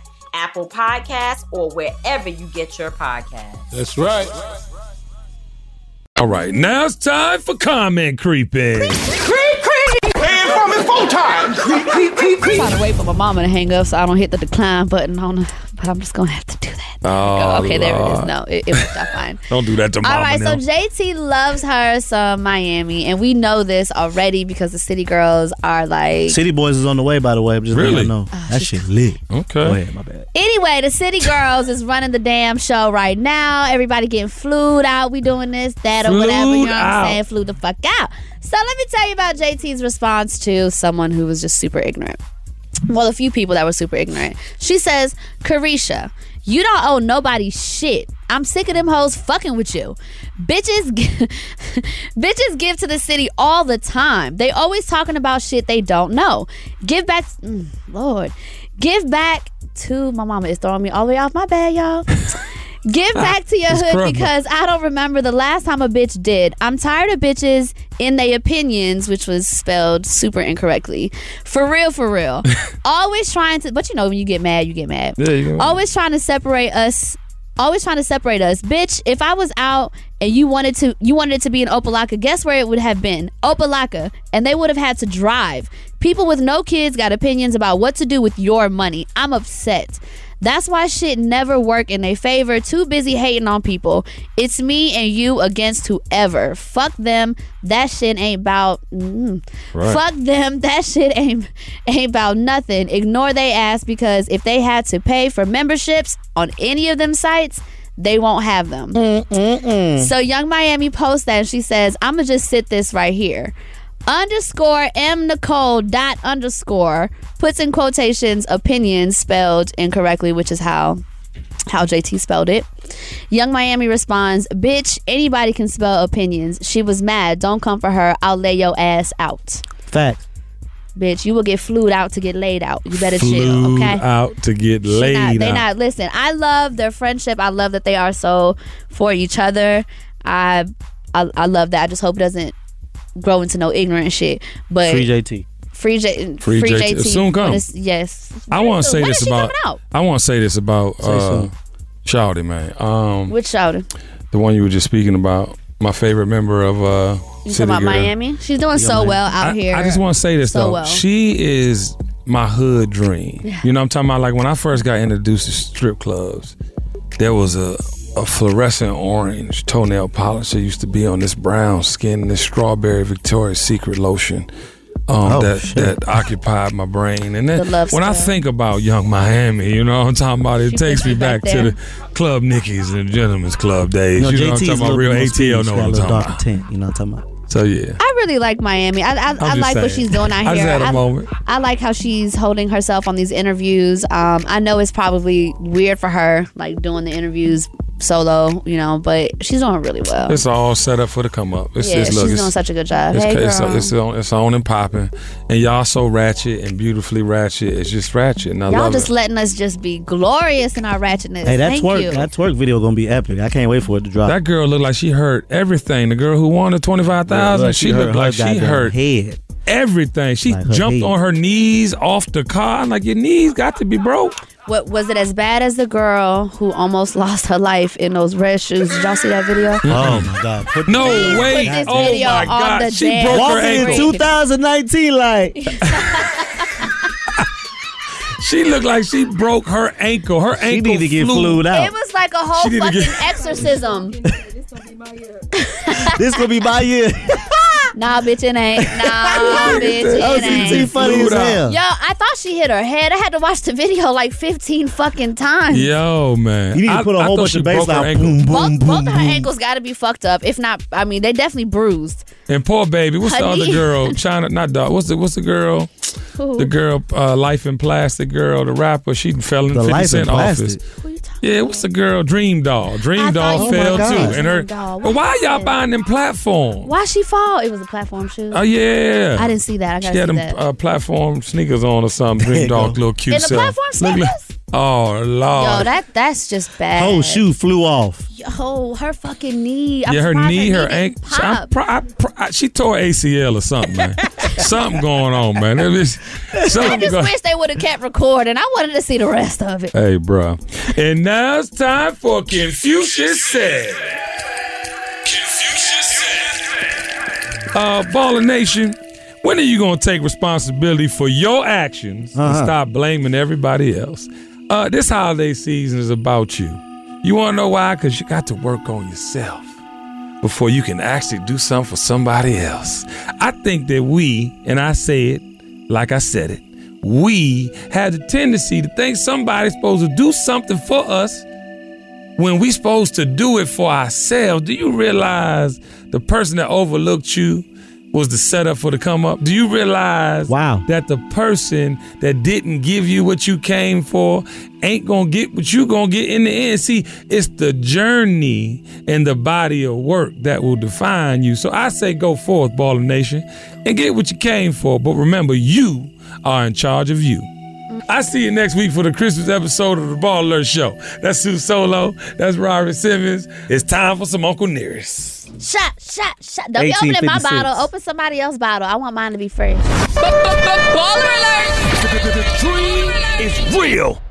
Speaker 12: Apple Podcasts, or wherever you get your podcasts.
Speaker 8: that's right all right now it's time for comment creeping
Speaker 14: Creep, creep! Paying for me four times! Creep, creep, creep,
Speaker 7: I'm trying to wait for my mama to hang up so I don't hit the decline button on her, but I'm just gonna have to do that.
Speaker 8: Oh,
Speaker 7: okay, there it is.
Speaker 8: Lord.
Speaker 7: No, it, it worked out fine.
Speaker 8: Don't do that to mama
Speaker 7: All right,
Speaker 8: now.
Speaker 7: so JT loves her some Miami, and we know this already because the city girls are like.
Speaker 6: City Boys is on the way, by the way. I'm just letting
Speaker 8: Really?
Speaker 6: y'all know.
Speaker 7: Ah,
Speaker 6: that shit lit.
Speaker 8: Okay.
Speaker 6: Go ahead, my bad.
Speaker 7: Anyway, the city girls is running the damn show right now. Everybody getting flued out. We doing this, that, or whatever. You know
Speaker 14: Flued
Speaker 7: what
Speaker 14: out.
Speaker 7: I'm saying? Flew the fuck out. So let me tell you about JT's response to someone who was just super ignorant. Well, a few people that were super ignorant. She says, Carisha, you don't owe nobody shit. I'm sick of them hoes fucking with you. Bitches, g- bitches give to the city all the time. They always talking about shit they don't know. Give back, mm, Lord, give back to my mama is throwing me all the way off my bed, y'all. Give back to your
Speaker 14: Ah, It's
Speaker 7: hood
Speaker 14: crumble.
Speaker 7: because I don't remember the last time a bitch did. I'm tired of bitches in their opinions, which was spelled super incorrectly. For real, for real. always trying to, but you know, when you get mad, you get mad.
Speaker 14: Yeah, you get mad.
Speaker 7: always trying to separate us. Always trying to separate us, bitch. If I was out and you wanted to, you wanted it to be in Opalaka. Guess where it would have been? Opalaka, and they would have had to drive. People with no kids got opinions about what to do with your money. I'm upset. That's why shit never work in their favor. Too busy hating on people. It's me and you against whoever. Fuck them. That shit ain't about. Mm.
Speaker 14: Right.
Speaker 7: Fuck them. That shit ain't ain't about nothing. Ignore they ass because if they had to pay for memberships on any of them sites, they won't have them. So Young Miami posts that and she says, I'ma just sit this right here. Underscore M Nicole dot underscore puts in quotations opinions spelled incorrectly, which is how how JT spelled it. Young Miami responds, Bitch, anybody can spell opinions. She was mad. Don't come for her. I'll lay your ass out.
Speaker 6: Facts.
Speaker 7: Bitch, you will get flued out to get laid out. You better chill,
Speaker 8: Flew
Speaker 7: okay?
Speaker 8: out to get
Speaker 7: She
Speaker 8: laid
Speaker 7: not, they
Speaker 8: out.
Speaker 7: not listen. I love their friendship. I love that they are so for each other. I, I I love that. I just hope it doesn't grow into no ignorant shit. But
Speaker 6: Free JT.
Speaker 7: Free J,
Speaker 8: Free
Speaker 7: free,
Speaker 8: JT.
Speaker 7: JT.
Speaker 8: Soon come.
Speaker 7: When it's- Yes.
Speaker 8: I want to say
Speaker 7: When
Speaker 8: this
Speaker 7: is she
Speaker 8: about.
Speaker 7: coming out?
Speaker 8: I want to say this about uh,
Speaker 7: soon.
Speaker 8: Shawty, man. Um,
Speaker 7: Which shouting?
Speaker 8: the one you were just speaking about. My favorite member of uh,
Speaker 7: You
Speaker 8: City
Speaker 7: talking about
Speaker 8: Girl.
Speaker 7: Miami? She's doing so well out
Speaker 8: I,
Speaker 7: here.
Speaker 8: I just want to say this
Speaker 7: so
Speaker 8: though.
Speaker 7: Well.
Speaker 8: She is my hood dream.
Speaker 7: Yeah.
Speaker 8: You know what I'm talking about? Like when I first got introduced to strip clubs, there was a, a fluorescent orange toenail polish that used to be on this brown skin, this strawberry Victoria's Secret lotion. Um,
Speaker 15: Oh,
Speaker 8: that
Speaker 15: shit.
Speaker 8: that occupied my brain, and
Speaker 15: The
Speaker 8: then when
Speaker 15: love spell.
Speaker 8: I think about Young Miami, you know what I'm talking about. It
Speaker 15: She
Speaker 8: takes
Speaker 15: puts
Speaker 8: me
Speaker 15: you
Speaker 8: back
Speaker 15: back
Speaker 8: to
Speaker 15: there.
Speaker 8: the club Nickies and gentlemen's club days. You know, what I'm
Speaker 6: JT's a
Speaker 8: talking about?
Speaker 6: little
Speaker 8: Real
Speaker 6: bit more speedy.
Speaker 8: ATL
Speaker 6: She
Speaker 8: know
Speaker 6: got
Speaker 8: what
Speaker 6: a
Speaker 8: I'm
Speaker 6: little
Speaker 8: talking
Speaker 6: darker
Speaker 8: about.
Speaker 6: tint, you know what I'm talking
Speaker 8: about. So yeah,
Speaker 7: I really like Miami. I I, I
Speaker 8: just
Speaker 7: like what
Speaker 8: saying.
Speaker 7: she's doing out
Speaker 8: I
Speaker 7: here.
Speaker 8: just had a
Speaker 7: I-
Speaker 8: moment.
Speaker 7: I like how she's holding herself on these interviews. Um, I know it's probably weird for her, like doing the interviews solo, you know, but she's doing really well.
Speaker 8: It's all set up for the come up. It's,
Speaker 7: Yeah,
Speaker 8: it's, look,
Speaker 7: she's
Speaker 8: it's-
Speaker 7: doing such a good job.
Speaker 8: It's,
Speaker 7: Hey,
Speaker 8: it's,
Speaker 7: girl.
Speaker 8: it's on, it's on and popping, and y'all so ratchet and beautifully ratchet. It's just ratchet, and I
Speaker 7: Y'all
Speaker 8: love
Speaker 7: just
Speaker 8: it.
Speaker 7: letting us just be glorious in our ratchetness.
Speaker 6: Hey, that's
Speaker 7: Thank
Speaker 6: work.
Speaker 7: you.
Speaker 6: That's work. Video gonna be epic. I can't wait for it to drop.
Speaker 8: that girl looked like she heard everything. The girl who won the twenty five thousand,
Speaker 6: Yeah, look,
Speaker 8: she,
Speaker 6: she
Speaker 8: looked
Speaker 6: hurt
Speaker 8: like
Speaker 6: her
Speaker 8: she
Speaker 6: goddamn
Speaker 8: heard
Speaker 6: head.
Speaker 8: everything. She
Speaker 6: her
Speaker 8: jumped
Speaker 6: head.
Speaker 8: on her knees off the car. I'm like your knees got to be broke.
Speaker 7: What was it as bad as the girl who almost lost her life in those red shoes? Did y'all see that video?
Speaker 6: Oh my god. Put
Speaker 8: no
Speaker 7: Please put
Speaker 8: way.
Speaker 7: this
Speaker 8: Oh
Speaker 7: video
Speaker 8: my
Speaker 7: on
Speaker 8: god.
Speaker 7: the
Speaker 8: She
Speaker 7: damn
Speaker 8: broke her
Speaker 7: Walking in
Speaker 8: ankle.
Speaker 6: 2019, like
Speaker 8: She looked like she broke her ankle. Her
Speaker 6: She
Speaker 8: ankle
Speaker 6: need to get
Speaker 8: flew.
Speaker 6: flued out.
Speaker 7: It was like a whole
Speaker 8: She didn't
Speaker 7: fucking
Speaker 8: get-
Speaker 7: exorcism.
Speaker 6: this gonna be my year.
Speaker 7: Nah, bitch, it ain't. Nah, bitch, it
Speaker 6: OCT
Speaker 7: ain't.
Speaker 6: funny as hell.
Speaker 7: Yo, I thought she hit her head. I had to watch the video like 15 fucking times.
Speaker 8: Yo, man.
Speaker 6: You need to
Speaker 8: I-
Speaker 6: put a
Speaker 8: I
Speaker 6: whole
Speaker 8: thought
Speaker 6: bunch
Speaker 8: she
Speaker 6: of
Speaker 8: broke
Speaker 6: bass
Speaker 8: her
Speaker 6: out.
Speaker 8: ankle.
Speaker 6: Boom, boom, boom.
Speaker 7: Both her ankles got to be fucked up. If not, I mean, they definitely bruised.
Speaker 8: And poor baby, what's the
Speaker 7: Honey.
Speaker 8: other girl? China, not dog. What's the what's the girl?
Speaker 7: Who?
Speaker 8: The girl, uh, Life in Plastic girl, the rapper. She fell in
Speaker 6: The
Speaker 8: Fifty
Speaker 6: Life in
Speaker 8: Cent office.
Speaker 6: Plastic?
Speaker 8: Yeah, what's the girl? Dream Doll. Dream
Speaker 7: I thought
Speaker 8: Doll
Speaker 7: you
Speaker 8: fell
Speaker 7: said
Speaker 8: too.
Speaker 7: Dream
Speaker 8: And her.
Speaker 7: Doll.
Speaker 8: But why y'all buying them platform?
Speaker 7: Why she fall? It was a platform shoe.
Speaker 8: Oh yeah.
Speaker 7: I didn't see that. I
Speaker 8: She
Speaker 7: gotta
Speaker 8: had them
Speaker 7: see that.
Speaker 8: uh, platform sneakers on or something. Dream Doll, little cute
Speaker 7: And the
Speaker 8: self.
Speaker 7: platform
Speaker 8: Look, look. Oh lord.
Speaker 7: Yo, that that's just bad.
Speaker 6: Whole shoe Oh, flew off.
Speaker 7: Yo, her fucking knee. I'm
Speaker 8: Oh, yeah, her
Speaker 7: surprised
Speaker 8: knee, her
Speaker 7: didn't
Speaker 8: ankle. She, I
Speaker 7: Pop.
Speaker 8: pro- I pro- I- she tore ACL or something, man. something going on, man. It was-
Speaker 7: I
Speaker 8: something
Speaker 7: just
Speaker 8: go-
Speaker 7: wish they would have kept recording. I wanted to see the rest of it.
Speaker 8: Hey, bro. And now it's time for Confucius Said. Uh, Baller Nation, when are you going to take responsibility for your actions and
Speaker 15: Uh-huh.
Speaker 8: stop blaming everybody else? Uh, this holiday season is about you.
Speaker 13: You want to know why? Because you got to work on yourself before you can actually do something for somebody else. I think that we, and I say it like I said it, we have the tendency to think somebody's supposed to do something for us when we supposed to do it for ourselves. Do you realize the person that overlooked you was the setup for the come up? Do you realize wow. that the person that didn't give you what you came for ain't gonna get what you gonna get in the end? See, it's the journey and the body of work that will define you. So I say go forth, Baller Nation, and get what you came for. But remember, you are in charge of you. I see you next week for the Christmas episode of the Ball Alert Show. That's Sue Solo. That's Robert Simmons. It's time for some Uncle Nearest.
Speaker 7: Shot, shot, shot. Don't be opening my
Speaker 13: 1856.
Speaker 7: bottle. Open somebody else's bottle. I want mine to be fresh.
Speaker 17: The dream is real.